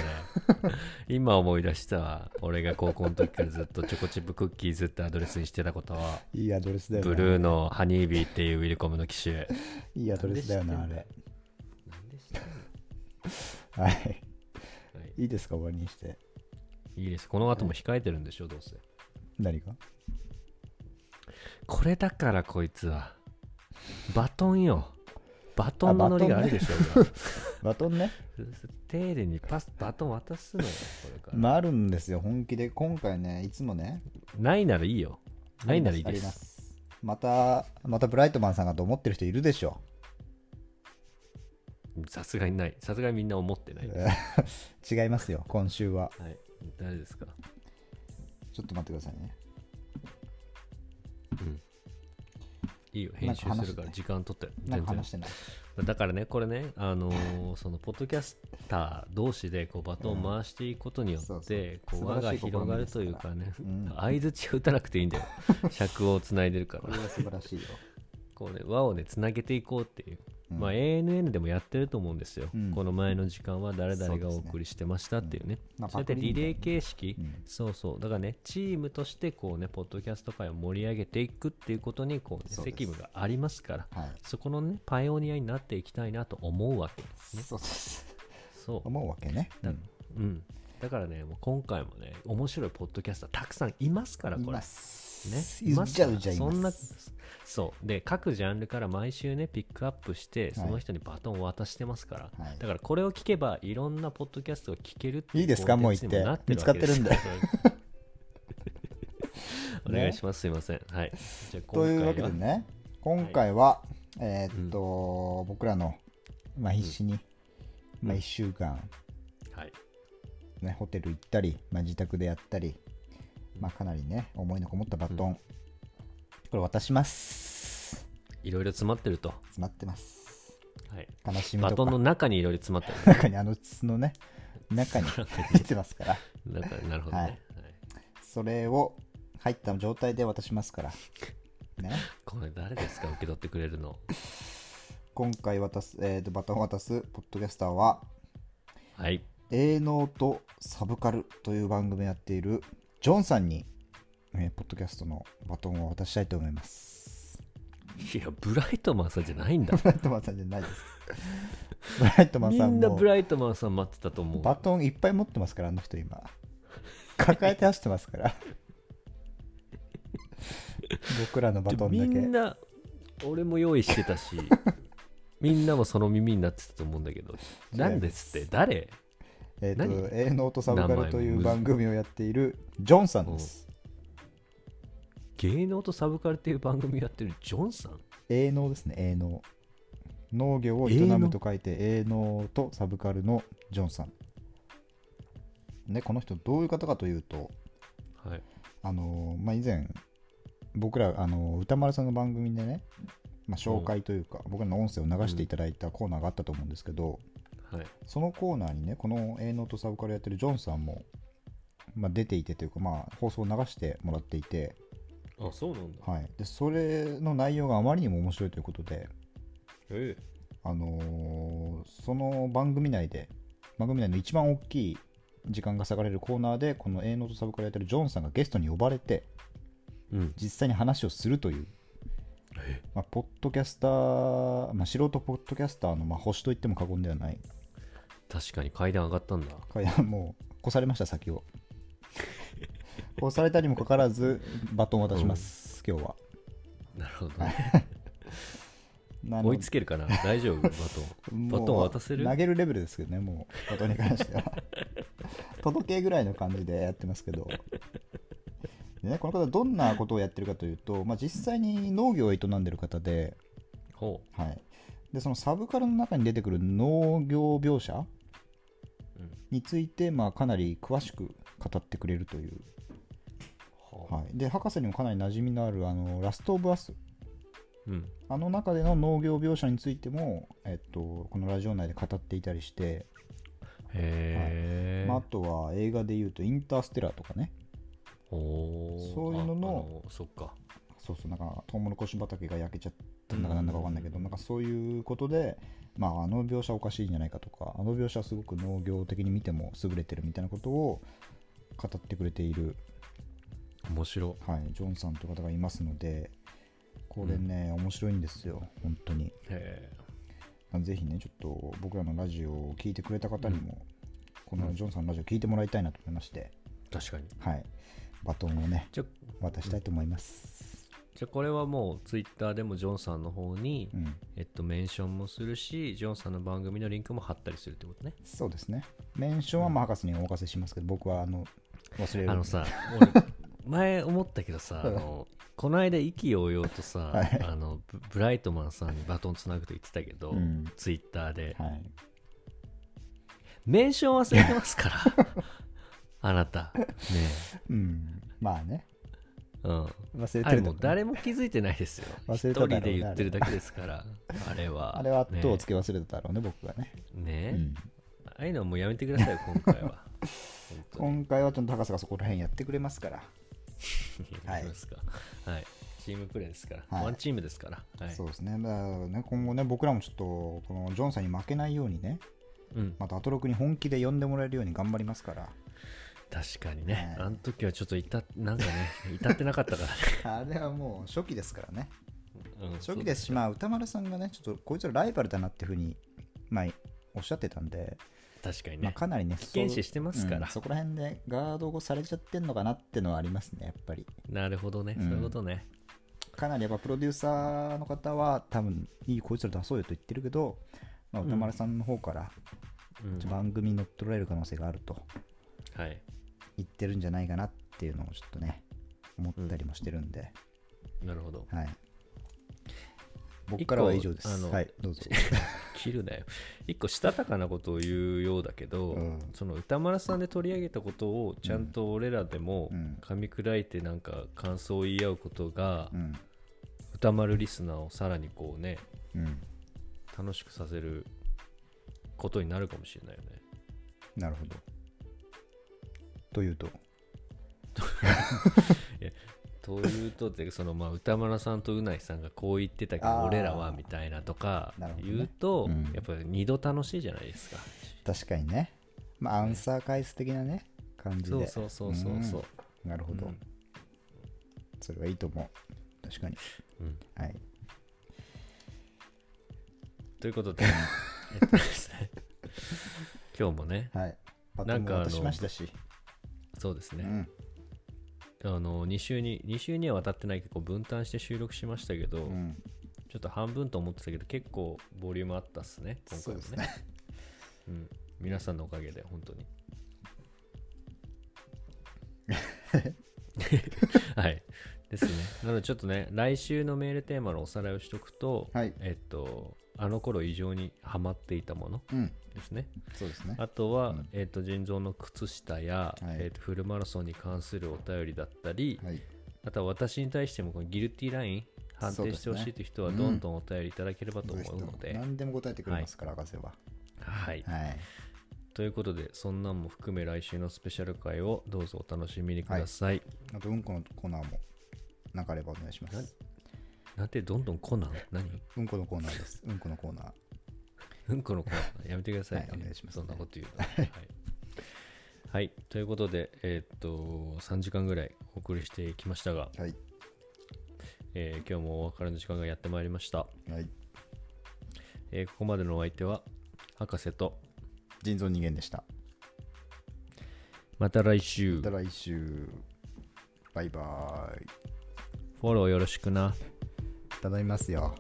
S1: 今思い出したわ俺が高校の時からずっとチョコチップクッキーずっとアドレスにしてたことはい
S2: いアドレスだよな
S1: ブルーのハニービーっていうウィルコムの機種
S2: いいアドレスだよな
S1: な
S2: あ
S1: んで
S2: れ
S1: なんでしてん
S2: はい
S1: のはい
S2: いいですか終わりにして
S1: いいですこの後も控えてるんでしょどうせ
S2: 何が
S1: これだからこいつはバトンよバトンのノリがあるでしょうが
S2: バトンね
S1: 丁寧にパスバトン渡すのよこれから、
S2: まああるんですよ本気で今回ねいつもね
S1: ないならいいよないならいい
S2: あ
S1: で
S2: り
S1: す
S2: ますまたまたブライトマンさんがと思ってる人いるでしょ
S1: さすがにないさすがにみんな思ってない、
S2: えー 違いますよ今週は
S1: はい誰ですか
S2: ちょっと待ってくださいね
S1: うんいいよ
S2: な
S1: 編
S2: ん
S1: 集
S2: か話して
S1: するから時間取って
S2: な
S1: 全
S2: んか
S1: 然
S2: 話してない
S1: だからねこれねあのーそのポッドキャスター同士でこうバトンを回していくことによ
S2: そう
S1: っ
S2: そ
S1: て
S2: う
S1: こう
S2: 素
S1: 輪
S2: 晴
S1: が
S2: らしい試み
S1: 広がるというかね
S2: ですからうん
S1: 相づち打たなくていい んだよ尺をつないでるか
S2: こ
S1: ら
S2: れは素晴らしいよ
S1: こうね輪をねつなげていこうっていう
S2: うん
S1: まあ、ANN でもやってると思うんですよ、
S2: うん
S1: この前の時間は誰々がお送りしてましたっていうね、
S2: まあ
S1: そうやってリレー形式、
S2: うん
S1: そうそうだからねチームとしてこうねポッドキャスト界を盛り上げていくっていうことにこう、ね、
S2: そうです
S1: 責務がありますから
S2: はい、
S1: そこのねパイオニアになっていきたいなと思うわけですね
S2: そうです。
S1: そう
S2: 思うわけね。
S1: だ,、うん、だからねもう今回もね面白いポッドキャスターたくさんいますから
S2: い
S1: これ
S2: ます。
S1: ね、
S2: い
S1: ます
S2: じ
S1: か
S2: ゃ
S1: ら
S2: うじゃい
S1: そ
S2: ます。
S1: んなそうで各ジャンルから毎週ねピックアップしてその人にバトンを渡してますから、
S2: はい
S1: だからこれを聞けばいろんなポッドキャストを聞けるっていう
S2: いいですか
S1: コンテンツに
S2: もう
S1: な
S2: 行って
S1: るわけです
S2: 見つかっ
S1: お願いします、すいませんはいじゃあ今
S2: と
S1: 回
S2: い
S1: は
S2: うわけでね、今回は、えーっと、僕らの、まあ、必死に、まあ、
S1: うん
S2: 1週間、
S1: はい
S2: ね、ホテル行ったり、まあ、自宅でやったり、まあ、かなりね、思いのこもったバトン、これ渡します。
S1: いろいろ詰まってると、
S2: 詰まってます。
S1: はい、
S2: 悲しみ
S1: バ
S2: とか
S1: トンの中にいろいろ詰まってる
S2: 中にあの筒のね中に入ってますから
S1: だからなるほどね、
S2: は
S1: は
S2: い
S1: い
S2: それを入った状態で渡しますから、ね、
S1: これ誰ですか受け取ってくれるの
S2: 今回渡す、えー、とバトンを渡すポッドキャスターは
S1: はい
S2: 「営農とサブカル」という番組をやっているジョンさんに、えーポッドキャストのバトンを渡したいと思います
S1: いやブライトマンさんじゃないんだ
S2: ブライトマンさんじゃないですブライトマン
S1: み
S2: さん
S1: んな
S2: も
S1: ブライトマンさん待ってたと思う
S2: バトンいっぱい持ってますからあの人今抱えて走ってま すから僕らのバトンだけ
S1: みんな俺も用意してたしみんなもその耳になってたと思うんだけどなんですって誰
S2: えっ、
S1: 何
S2: と、営農とサブカルという番組をやっているジョンさんです。
S1: 芸能とサブカルっていう番組やってるジョンさん
S2: 営農ですね、営農。農業を営むと書いて、営農とサブカルのジョンさん。ね、この人、どういう方かというと、
S1: はい
S2: あのーまあ、以前、僕ら、あのー歌丸さんの番組でね、まあ、紹介というか、僕らの音声を流していただいたコーナーがあったと思うんですけど、
S1: はい
S2: そのコーナーにね、この営農とサブカルやってるジョンさんも、まあ、出ていてというか、まあ、放送を流してもらっていて、
S1: あそうなんだ
S2: はい、でそれの内容があまりにも面白いということで、
S1: え
S2: あのーその番組内で番組内の一番大きい時間が割かれるコーナーでこの営農とサブからやってるジョンさんがゲストに呼ばれて
S1: えうん
S2: 実際に話をするという、
S1: え
S2: まあ、ポッドキャスター、まあ、素人ポッドキャスターの、まあ、星と言っても過言ではない
S1: 確かに階段上がったんだ
S2: 階段もう越されました 先を越されたにもかかわらずバトンを渡します、今日は
S1: なるほどね、
S2: なの
S1: 追
S2: で
S1: いつける かな大丈夫バトンバ
S2: もう
S1: トン渡せる
S2: 投げるレベルですけどね、もう、バトンに関しては。 届けぐらいの感じでやってますけど。でね、この方、どんなことをやってるかというと、まあ、実際に農業を営んでる方で、
S1: ほ
S2: はい、でそのサブカルの中に出てくる農業描写
S1: う、うん
S2: について、まあ、かなり詳しく語ってくれるという、
S1: ほう
S2: はい、で博士にもかなり馴染みのあるあのラスト・オブ・アス
S1: うん
S2: あの中での農業描写についても、えっと、このラジオ内で語っていたりして、
S1: へえ、
S2: まあ、あとは映画でいうと「インターステラー」とかね
S1: ほう
S2: そういうのの
S1: ああそっか
S2: そうそうなんかトウモロコシ畑が焼けちゃったんだか
S1: うん
S2: なんだか分かんないけど、なんかそういうことで、まあ、あの描写おかしいんじゃないかとかあの描写はすごく農業的に見ても優れてるみたいなことを語ってくれている、
S1: 面白
S2: はい、ジョンさんという方がいますのでこれね、面白いんですよ本当に
S1: へ
S2: ぜひねちょっと僕らのラジオを聞いてくれた方にも、このジョンさんのラジオ聞いてもらいたいなと思いまして、
S1: え確かに
S2: はい、バトンをね
S1: じゃ
S2: 渡したいと思います、
S1: じゃあこれはもうツイッターでもジョンさんの方に、
S2: うん、
S1: えっと、メンションもするしジョンさんの番組のリンクも貼ったりするってことね
S2: そうですね。メンションはまあ博士にお任せしますけど、僕はあの忘れる。
S1: あのさ俺前思ったけどさあのこの間意気揚々とさ、
S2: はい
S1: あのブブライトマンさんにバトンつなぐと言ってたけど、
S2: うん
S1: ツイッターで、
S2: はい。
S1: メンション忘れてますからあなたね
S2: うん。まあね。
S1: えうん
S2: 忘れ
S1: あ
S2: て
S1: れ
S2: る
S1: も
S2: と
S1: う誰も気づいてないですよ一
S2: 忘れただろ
S1: 人
S2: うね
S1: で言ってるだけですからあれは
S2: あれは
S1: ね
S2: 後をつけ忘れただろうね、僕がね。
S1: ね
S2: う
S1: え、
S2: ん、
S1: ああいうのはもうやめてくださいよ今回は本当に
S2: 今回はちょっと博士がそこら辺やってくれますから。
S1: いきますか。はい。チームプレーですから、
S2: はい
S1: ワンチームですから、はい、
S2: そうですね。だからね、今後ね、僕らもちょっと、このジョンさんに負けないようにね、
S1: うん、
S2: またアトロクに本気で呼んでもらえるように頑張ります から。
S1: 確かにね、
S2: はい
S1: あの時はちょっといたなんか ね至ってなかったからね、
S2: あれはもう初期ですからね。
S1: うん
S2: 初期ですし、まあ、歌丸さんがね、ちょっとこいつらライバルだなっていうふうに、まあ、おっしゃってたんで、
S1: 確かに
S2: まあ、
S1: ね、
S2: かなりね、危
S1: 危険視してますから
S2: そこら辺でガードをされちゃってんのかなってのはありますね、やっぱり。
S1: なるほどね、
S2: うん
S1: そういうことね
S2: かなりやっぱプロデューサーの方は、多分いいこいつら出そうよと言ってるけど、まあ、歌丸さんの方から、
S1: うん
S2: 番組に乗っ取られる可能性があると
S1: はい
S2: 言ってるんじゃないかなっていうのをちょっとね、思ったりもしてるんで、
S1: なるほど
S2: はい。僕からは以
S1: 一個
S2: 上です。
S1: あの
S2: はい、 どうぞ。
S1: 切るなよ一個したたかなことを言うようだけど、
S2: うん
S1: その歌丸さんで取り上げたことをちゃんと俺らでも
S2: うん
S1: 噛み砕いてなんか感想を言い合うことが
S2: うん。
S1: 歌丸リスナーをさらにこうね
S2: うん。
S1: 楽しくさせることになるかもしれないよね
S2: なるほど。というと、
S1: というとでそのまあ歌丸さんとうないさんがこう言ってたけ
S2: あ
S1: ど
S2: ー
S1: 俺らはみたいなとか
S2: なるほどね
S1: 言うと、
S2: うん
S1: やっぱり二度楽しいじゃないですか
S2: 確かにね、まあ、アンサー回数的なね、感じ
S1: そう
S2: で。
S1: そうそうそうそう
S2: なるほど。
S1: うん
S2: それはいいと思う。確かに。
S1: うん
S2: はい。
S1: ということ でえっとですね今日もね
S2: はい。バ
S1: な
S2: ト
S1: ん
S2: ン
S1: か
S2: も
S1: あの
S2: 渡しましたし。
S1: そうです
S2: う
S1: ね、
S2: ん。
S1: あの2週に2週には渡ってない結構分担して収録しましたけど、
S2: うん。
S1: ちょっと半分と思ってたけど結構ボリュームあったっすね今
S2: そ
S1: 回
S2: う
S1: も
S2: です
S1: ね
S2: ね。
S1: うん、皆さんのおかげで本 当にはいですねなのでちょっとね来週のメールテーマのおさらいをしとくと、
S2: はい
S1: えっとあの頃異常にハマっていたもの
S2: うん。
S1: ですね
S2: そうですね。
S1: あとは、
S2: うん
S1: えっと腎臓の靴下や、
S2: はい
S1: えっとフルマラソンに関するお便りだったり、
S2: はい。
S1: あとは私に対してもこのギルティーライン判定してほしいという人は
S2: そうです
S1: ど
S2: ね
S1: んどんお便りいただければと思
S2: ぜひと
S1: う
S2: も
S1: ので、
S2: 何でも答えてくれますから、博士は。
S1: はい、
S2: はい。
S1: ということでそんなんも含め来週のスペシャル回をどうぞお楽しみにください、
S2: あと、うんこのコーナーも流れればお願いしま
S1: はい
S2: す。
S1: なんてどんどんコナン何
S2: うんこのコーナーです。うんこのコーナー。
S1: うんこのコナンやめてください、ね
S2: はいお願いします
S1: そんなこと言うのはい、はい、ということでえーっと3時間ぐらいお送りしてきましたが、
S2: はい。
S1: えー今日もお別れの時間がやってまいりました、
S2: はい。
S1: えーここまでのお相手は博士と
S2: 人造人間でした。
S1: また来週
S2: また来週。バイバーイ。
S1: フォローよろしくな
S2: 頼みますよ。